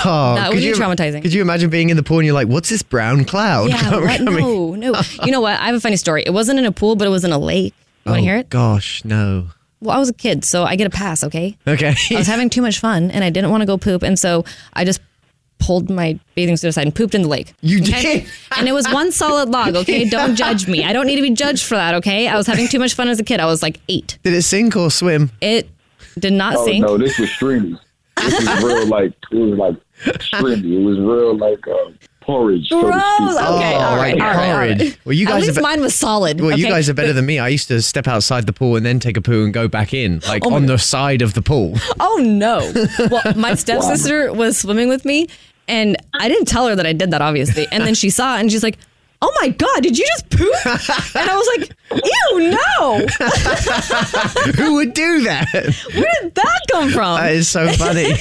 Speaker 3: Oh,
Speaker 2: That would
Speaker 3: could
Speaker 2: be
Speaker 3: you-
Speaker 2: traumatizing.
Speaker 3: Could you imagine being in the pool and you're like, what's this brown cloud? (laughs)
Speaker 2: Yeah, what? No, no. You know what? I have a funny story. It wasn't in a pool, but it was in a lake. You want to hear it?
Speaker 3: Oh, Gosh, no.
Speaker 2: Well, I was a kid, so I get a pass, okay?
Speaker 3: Okay.
Speaker 2: I
Speaker 3: (laughs)
Speaker 2: was having too much fun and I didn't want to go poop. And so I just pulled my bathing suit aside and pooped in the lake. You
Speaker 3: did?
Speaker 2: And it was one solid
Speaker 3: (laughs)
Speaker 2: log, okay? Don't judge me. I don't need to be judged for that, okay? I was having too much fun as a kid. I was like eight.
Speaker 3: Did it sink or swim?
Speaker 2: It did not
Speaker 17: oh
Speaker 2: sink.
Speaker 17: no, this was streamy. This
Speaker 2: (laughs)
Speaker 17: was real like it was like streamy. It was real like uh, porridge. So to
Speaker 2: Gross. Okay,
Speaker 17: speak.
Speaker 2: all right, all right, all right. (laughs)
Speaker 3: porridge. Well, you
Speaker 2: At
Speaker 3: guys
Speaker 2: least
Speaker 3: have-
Speaker 2: mine was solid.
Speaker 3: Well, you
Speaker 2: okay?
Speaker 3: guys are better than me. I used to step outside the pool and then take a poo and go back
Speaker 2: (gasps)
Speaker 3: in, like
Speaker 2: Oh my-
Speaker 3: on the side of the pool.
Speaker 2: Oh no! Well,
Speaker 17: (laughs)
Speaker 2: my stepsister was swimming with me, and I didn't tell her that I did that, obviously. And then she saw, it and she's like, "Oh my god, did you just poop?" And I was like, (laughs) "Ew, no!
Speaker 3: (laughs) Who would do that?
Speaker 2: (laughs) Where did that come from?"
Speaker 3: That is so
Speaker 2: (laughs)
Speaker 3: funny.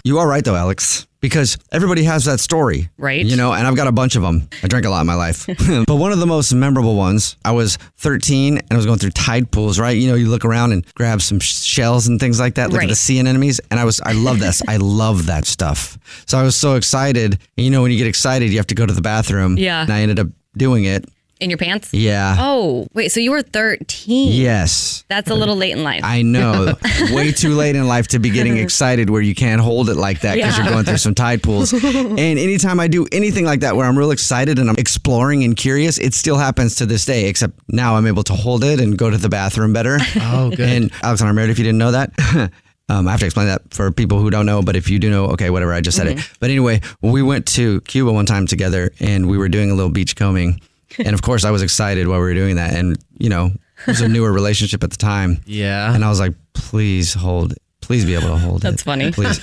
Speaker 1: (laughs) you are right though, Alex, because everybody has that story,
Speaker 2: right?
Speaker 1: You know, and I've got a bunch of them. I drank a lot in my
Speaker 2: (laughs)
Speaker 1: life, (laughs) but one of the most memorable ones. I was 13 and I was going through tide pools, right? You know, you look around and grab some sh- shells and things like that, look
Speaker 18: Right.
Speaker 1: at the sea anemones, and I was, I love
Speaker 2: (laughs)
Speaker 1: this, I love that stuff. So I was so excited. And you know, when you get excited, you have to go to the bathroom.
Speaker 2: Yeah.
Speaker 1: and I ended up doing it.
Speaker 2: In your pants?
Speaker 1: Yeah.
Speaker 2: Oh wait, so you were thirteen?
Speaker 1: Yes.
Speaker 2: That's a little late in life.
Speaker 1: I know. Way too late in life to be getting excited where you can't hold it like that because
Speaker 2: Yeah.
Speaker 1: you're going through some tide pools. And anytime I do anything like that where I'm real excited and I'm exploring and curious, it still happens to this day, except now I'm able to hold it and go to the bathroom better.
Speaker 3: Oh, good.
Speaker 1: And Alex and I are married, if you didn't know that. (laughs) Um, I have to explain that for people who don't know, but if you do know, okay, whatever, I just said
Speaker 19: Mhm.
Speaker 1: it. But anyway, we went to Cuba one time together and we were doing a little beach combing. And of course, I was excited while we were doing that. And, you know, it was a newer relationship at the time.
Speaker 3: Yeah.
Speaker 1: And I was like, please hold it. Please be able to hold it.
Speaker 2: That's funny. (laughs)
Speaker 1: Please.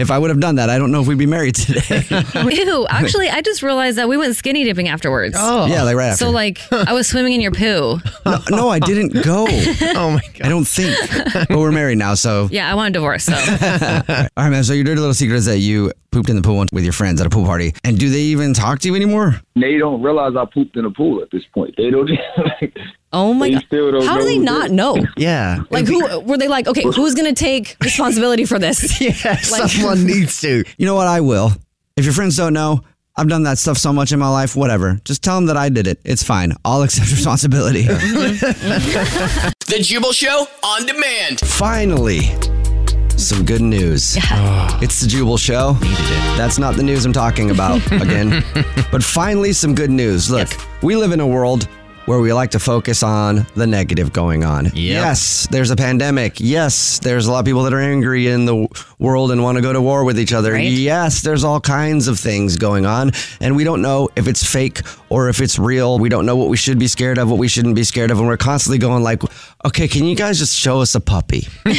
Speaker 1: if I would have done that, I don't know if we'd be married today.
Speaker 2: Ew, actually, I just realized that we went skinny dipping afterwards.
Speaker 1: Oh. Yeah, like right
Speaker 2: So,
Speaker 1: after.
Speaker 2: like, I was swimming in your poo.
Speaker 1: (laughs) no, no, I didn't go. Oh
Speaker 3: my
Speaker 1: god. I don't think. But we're married now,
Speaker 2: (laughs)
Speaker 1: so. (laughs)
Speaker 2: Yeah, I want a divorce, so.
Speaker 1: All right, man. So your dirty little secret is that you pooped in the pool once with your friends at a pool party, and do they even talk to you anymore?
Speaker 17: They don't realize I pooped in the pool at this point. They don't. (laughs) Like,
Speaker 2: oh my
Speaker 17: they
Speaker 2: God.
Speaker 17: Still don't
Speaker 2: How
Speaker 17: know
Speaker 2: do they
Speaker 17: who did
Speaker 2: not
Speaker 17: it.
Speaker 2: know?
Speaker 3: Yeah.
Speaker 2: Like, who were they like, okay, who's going to take responsibility
Speaker 1: (laughs)
Speaker 2: for this?
Speaker 3: yeah,
Speaker 2: like,
Speaker 3: someone needs to.
Speaker 1: You know what? I will. If your friends don't know, I've done that stuff so much in my life. Whatever. Just tell them that I did it. It's fine. I'll accept (laughs) responsibility.
Speaker 4: (laughs) The Jubal Show on demand.
Speaker 1: Finally, some good news. It's the Jubal Show. That's not the news I'm talking about again. but finally, some good news. Look, we live in a world where we like to focus on the negative going on. Yes, there's a pandemic. Yes, there's a lot of people that are angry in the w- world and want to go to war with each other.
Speaker 19: Right.
Speaker 1: Yes, there's all kinds of things going on, and we don't know if it's fake or if it's real. We don't know what we should be scared of, what we shouldn't be scared of, and we're constantly going like, "Okay, can you guys just show us a puppy?" or a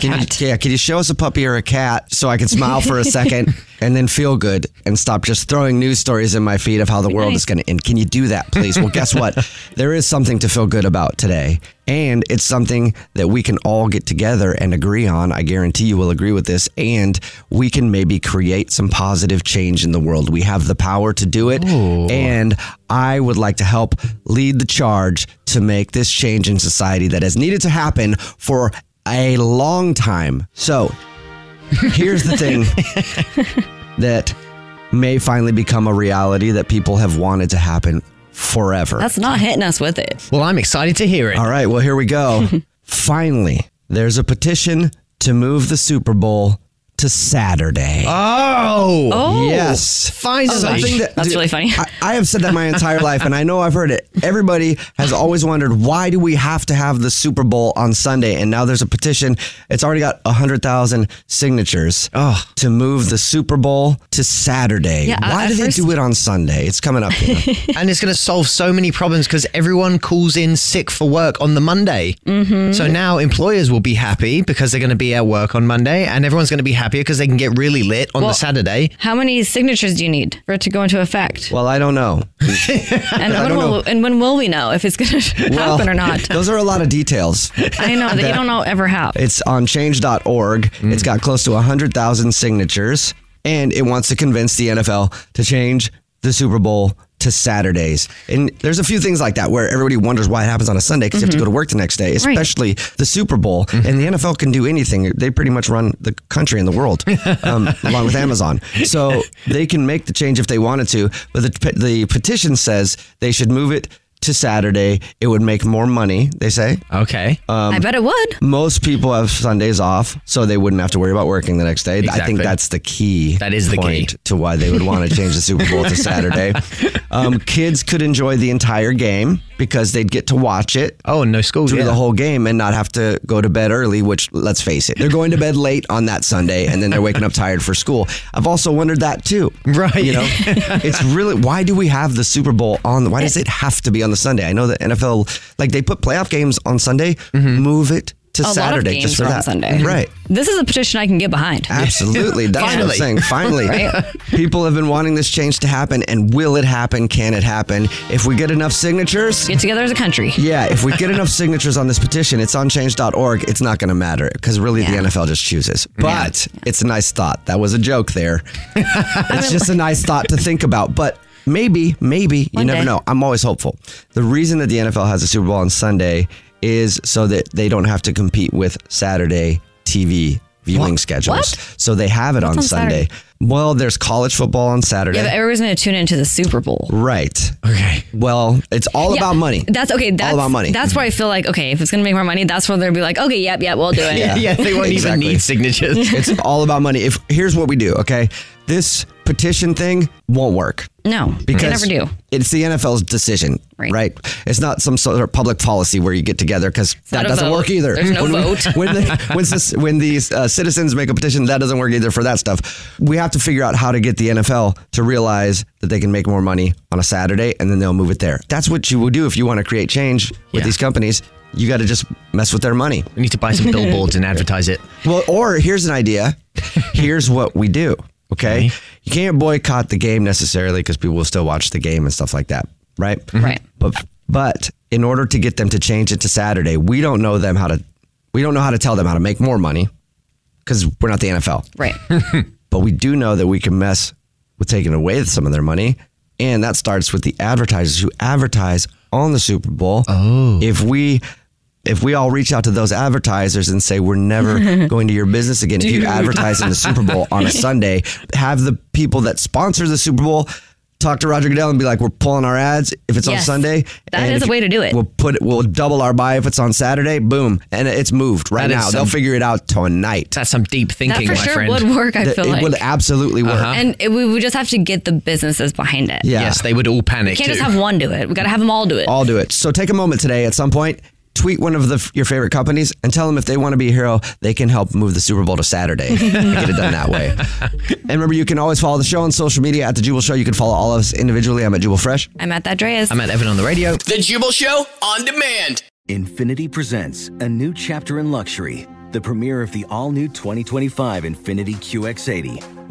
Speaker 1: cat. yeah, can you show us a puppy or a cat so I can smile for a second and then feel good and stop just throwing news stories in my feed of how the world is going to end? Can you do that, please? Well, guess what? There is something to feel good about today. And it's something that we can all get together and agree on. I guarantee you will agree with this. And we can maybe create some positive change in the world. We have the power to do it. And I would like to help lead the charge to make this change in society that has needed to happen for a long time. So here's
Speaker 2: (laughs)
Speaker 1: the thing that may finally become a reality that people have wanted to happen forever.
Speaker 2: that's not hitting us with it.
Speaker 3: Well, I'm excited to hear it.
Speaker 1: All right, well, here we
Speaker 2: (laughs)
Speaker 1: go. Finally, there's a petition to move the Super Bowl to Saturday.
Speaker 3: Oh,
Speaker 2: Oh.
Speaker 1: yes.
Speaker 3: Finally.
Speaker 1: Something that,
Speaker 2: That's really funny.
Speaker 1: I, I have said that my entire life, and I know I've heard it. Everybody has always wondered why do we have to have the Super Bowl on Sunday? And now there's a petition. It's already got 100,000 signatures
Speaker 3: Oh.
Speaker 1: to move the Super Bowl to Saturday.
Speaker 3: Yeah,
Speaker 1: why
Speaker 3: at
Speaker 1: do they
Speaker 3: first-
Speaker 1: do it on Sunday? It's coming up. you know.
Speaker 3: and it's going to solve so many problems because everyone calls in sick for work on the Monday. Mm-hmm. So now employers will be happy because they're going to be at work on Monday, and everyone's going to be happier because they can get really lit on
Speaker 2: Well-
Speaker 3: the Saturday.
Speaker 2: How many signatures do you need for it to go into effect?
Speaker 1: well, (laughs) I don't know.
Speaker 2: And
Speaker 1: I
Speaker 2: when,
Speaker 1: don't
Speaker 2: will,
Speaker 1: know.
Speaker 2: and when will we know if it's going to
Speaker 1: Well,
Speaker 2: (laughs) happen or not?
Speaker 1: (laughs) Those are a lot of details.
Speaker 2: I know that, you don't know ever have.
Speaker 1: It's on change.org. It's got close to 100,000 signatures. and it wants to convince the NFL to change the Super Bowl to Saturdays. And there's a few things like that where everybody wonders why it happens on a Sunday because you have
Speaker 20: Mhm.
Speaker 2: Mm-hmm.
Speaker 1: to go to work the next day,
Speaker 20: Right.
Speaker 1: especially the Super Bowl. And the NFL can do anything. They pretty much run the country and the world um, along with Amazon. So they can make the change if they wanted to. But the, pe- the petition says they should move it to Saturday. It would make more money, they say.
Speaker 3: Okay.
Speaker 1: Um,
Speaker 2: I bet it would.
Speaker 1: Most people have Sundays off, so they wouldn't have to worry about working the next day. I think
Speaker 3: Exactly.
Speaker 1: that's the key. That is
Speaker 3: the key.
Speaker 1: point to why they would want to
Speaker 3: (laughs)
Speaker 1: change the Super Bowl to Saturday. Um, kids could enjoy the entire game because they'd get to watch it.
Speaker 3: Oh, no school
Speaker 1: through
Speaker 3: yeah.
Speaker 1: the whole game and not have to go to bed early. Which, let's face it, they're going to bed late on that Sunday and then they're waking up tired for school. I've also wondered that too.
Speaker 3: Right.
Speaker 1: You know, it's really why do we have the Super Bowl on? Why does it have to be on the Sunday? I know that NFL like they put playoff games on Sunday. Move it to
Speaker 2: a lot of
Speaker 1: Saturday
Speaker 2: games
Speaker 1: just for
Speaker 2: are on
Speaker 1: that.
Speaker 2: Sunday.
Speaker 1: Right.
Speaker 2: This is a petition I can get (laughs) behind.
Speaker 1: Absolutely. That's what I'm
Speaker 2: Finally.
Speaker 1: saying. Finally.
Speaker 2: (laughs) Right.
Speaker 1: People have been wanting this change to happen, and will it happen? Can it happen? If we get enough signatures,
Speaker 2: get together as a country.
Speaker 1: Yeah, if we get enough (laughs) signatures on this petition, it's on change.org. It's not going to matter because really the NFL just chooses. But it's a nice thought. That was a joke
Speaker 2: (laughs)
Speaker 1: there. it's just a nice thought to think about. But maybe, maybe, you
Speaker 20: One
Speaker 1: never
Speaker 20: day.
Speaker 1: know. I'm always hopeful. The reason that the NFL has a Super Bowl on Sunday is so that they don't have to compete with Saturday TV viewing schedules.
Speaker 2: What?
Speaker 1: So they have it
Speaker 2: What's
Speaker 1: on,
Speaker 2: on
Speaker 1: Sunday.
Speaker 2: Saturday?
Speaker 1: Well, there's college football on Saturday.
Speaker 2: Yeah, but everybody's going to tune into the Super Bowl.
Speaker 1: right. Okay. Well, it's all
Speaker 2: Yeah,
Speaker 1: about money.
Speaker 2: That's okay. That's
Speaker 1: all about money.
Speaker 2: That's where I feel like okay, if it's gonna make more money, that's where they'll be like, okay, yep, yep, we'll do
Speaker 1: (laughs)
Speaker 3: (laughs)
Speaker 2: it.
Speaker 1: Exactly.
Speaker 3: signatures.
Speaker 1: (laughs) it's all about money. If here's what we do, okay? This petition thing won't work.
Speaker 2: No, they
Speaker 1: Because
Speaker 2: never do.
Speaker 1: It's the NFL's decision, right? It's not some sort of public policy where you get together because that
Speaker 2: not a
Speaker 1: doesn't
Speaker 2: vote.
Speaker 1: work either.
Speaker 2: There's no
Speaker 1: when we-
Speaker 2: vote.
Speaker 1: when the, when, cis- when the uh, citizens make a petition, that doesn't work either for that stuff. We have to figure out how to get the NFL to realize that they can make more money on a Saturday and then they'll move it there. That's what you will do if you want to create change with these companies. You got to just mess with their money.
Speaker 3: We need to buy some billboards and advertise it.
Speaker 1: (laughs) Well, or here's an idea. Here's what we do. Okay. You can't boycott the game necessarily because people will still watch the game and stuff like that. Right.
Speaker 2: Right.
Speaker 1: But but in order to get them to change it to Saturday, we don't know them how to we don't know how to tell them how to make more money because we're not the NFL.
Speaker 2: Right.
Speaker 1: (laughs) but we do know that we can mess with taking away some of their money. And that starts with the advertisers who advertise on the Super Bowl. Oh. If we if we all reach out to those advertisers and say we're
Speaker 2: (laughs)
Speaker 1: never going to your business again if you
Speaker 20: Dude.
Speaker 1: advertise in the Super Bowl on a Sunday, have the people that sponsor the Super Bowl talk to Roger Goodell and be like, we're pulling our ads if it's on
Speaker 2: Yes.
Speaker 1: Sunday.
Speaker 2: That
Speaker 1: and
Speaker 2: is
Speaker 1: if
Speaker 2: a way to do it.
Speaker 1: We'll put it. We'll double our buy if it's on Saturday. Boom, and it's moved right
Speaker 3: That is
Speaker 1: now. They'll
Speaker 3: some-
Speaker 1: figure it out tonight.
Speaker 3: That's some deep
Speaker 2: thinking, for my sure friend. would work, I feel
Speaker 1: it
Speaker 2: like.
Speaker 1: would absolutely work.
Speaker 2: And it, we would just have to get the businesses behind it.
Speaker 1: Yeah. Uh-huh. Yes, they would all
Speaker 2: We
Speaker 1: panic
Speaker 2: can't just
Speaker 1: too.
Speaker 2: have one do it. We got to have them all do it.
Speaker 1: I'll do it. So take a moment today at some point. Tweet one of the, your favorite companies and tell them if they want to be a hero, they can help move the Super Bowl to Saturday and get it done that (laughs) way. And remember, you can always follow the show on social media at The Jubal Show. You can follow all of us individually. I'm at Jubal Fresh.
Speaker 2: I'm at that Dreas.
Speaker 1: at Evan on the radio.
Speaker 4: The Jubal Show on demand.
Speaker 21: Infinity presents a new chapter in luxury, the premiere of the all new 2025 Infinity QX80,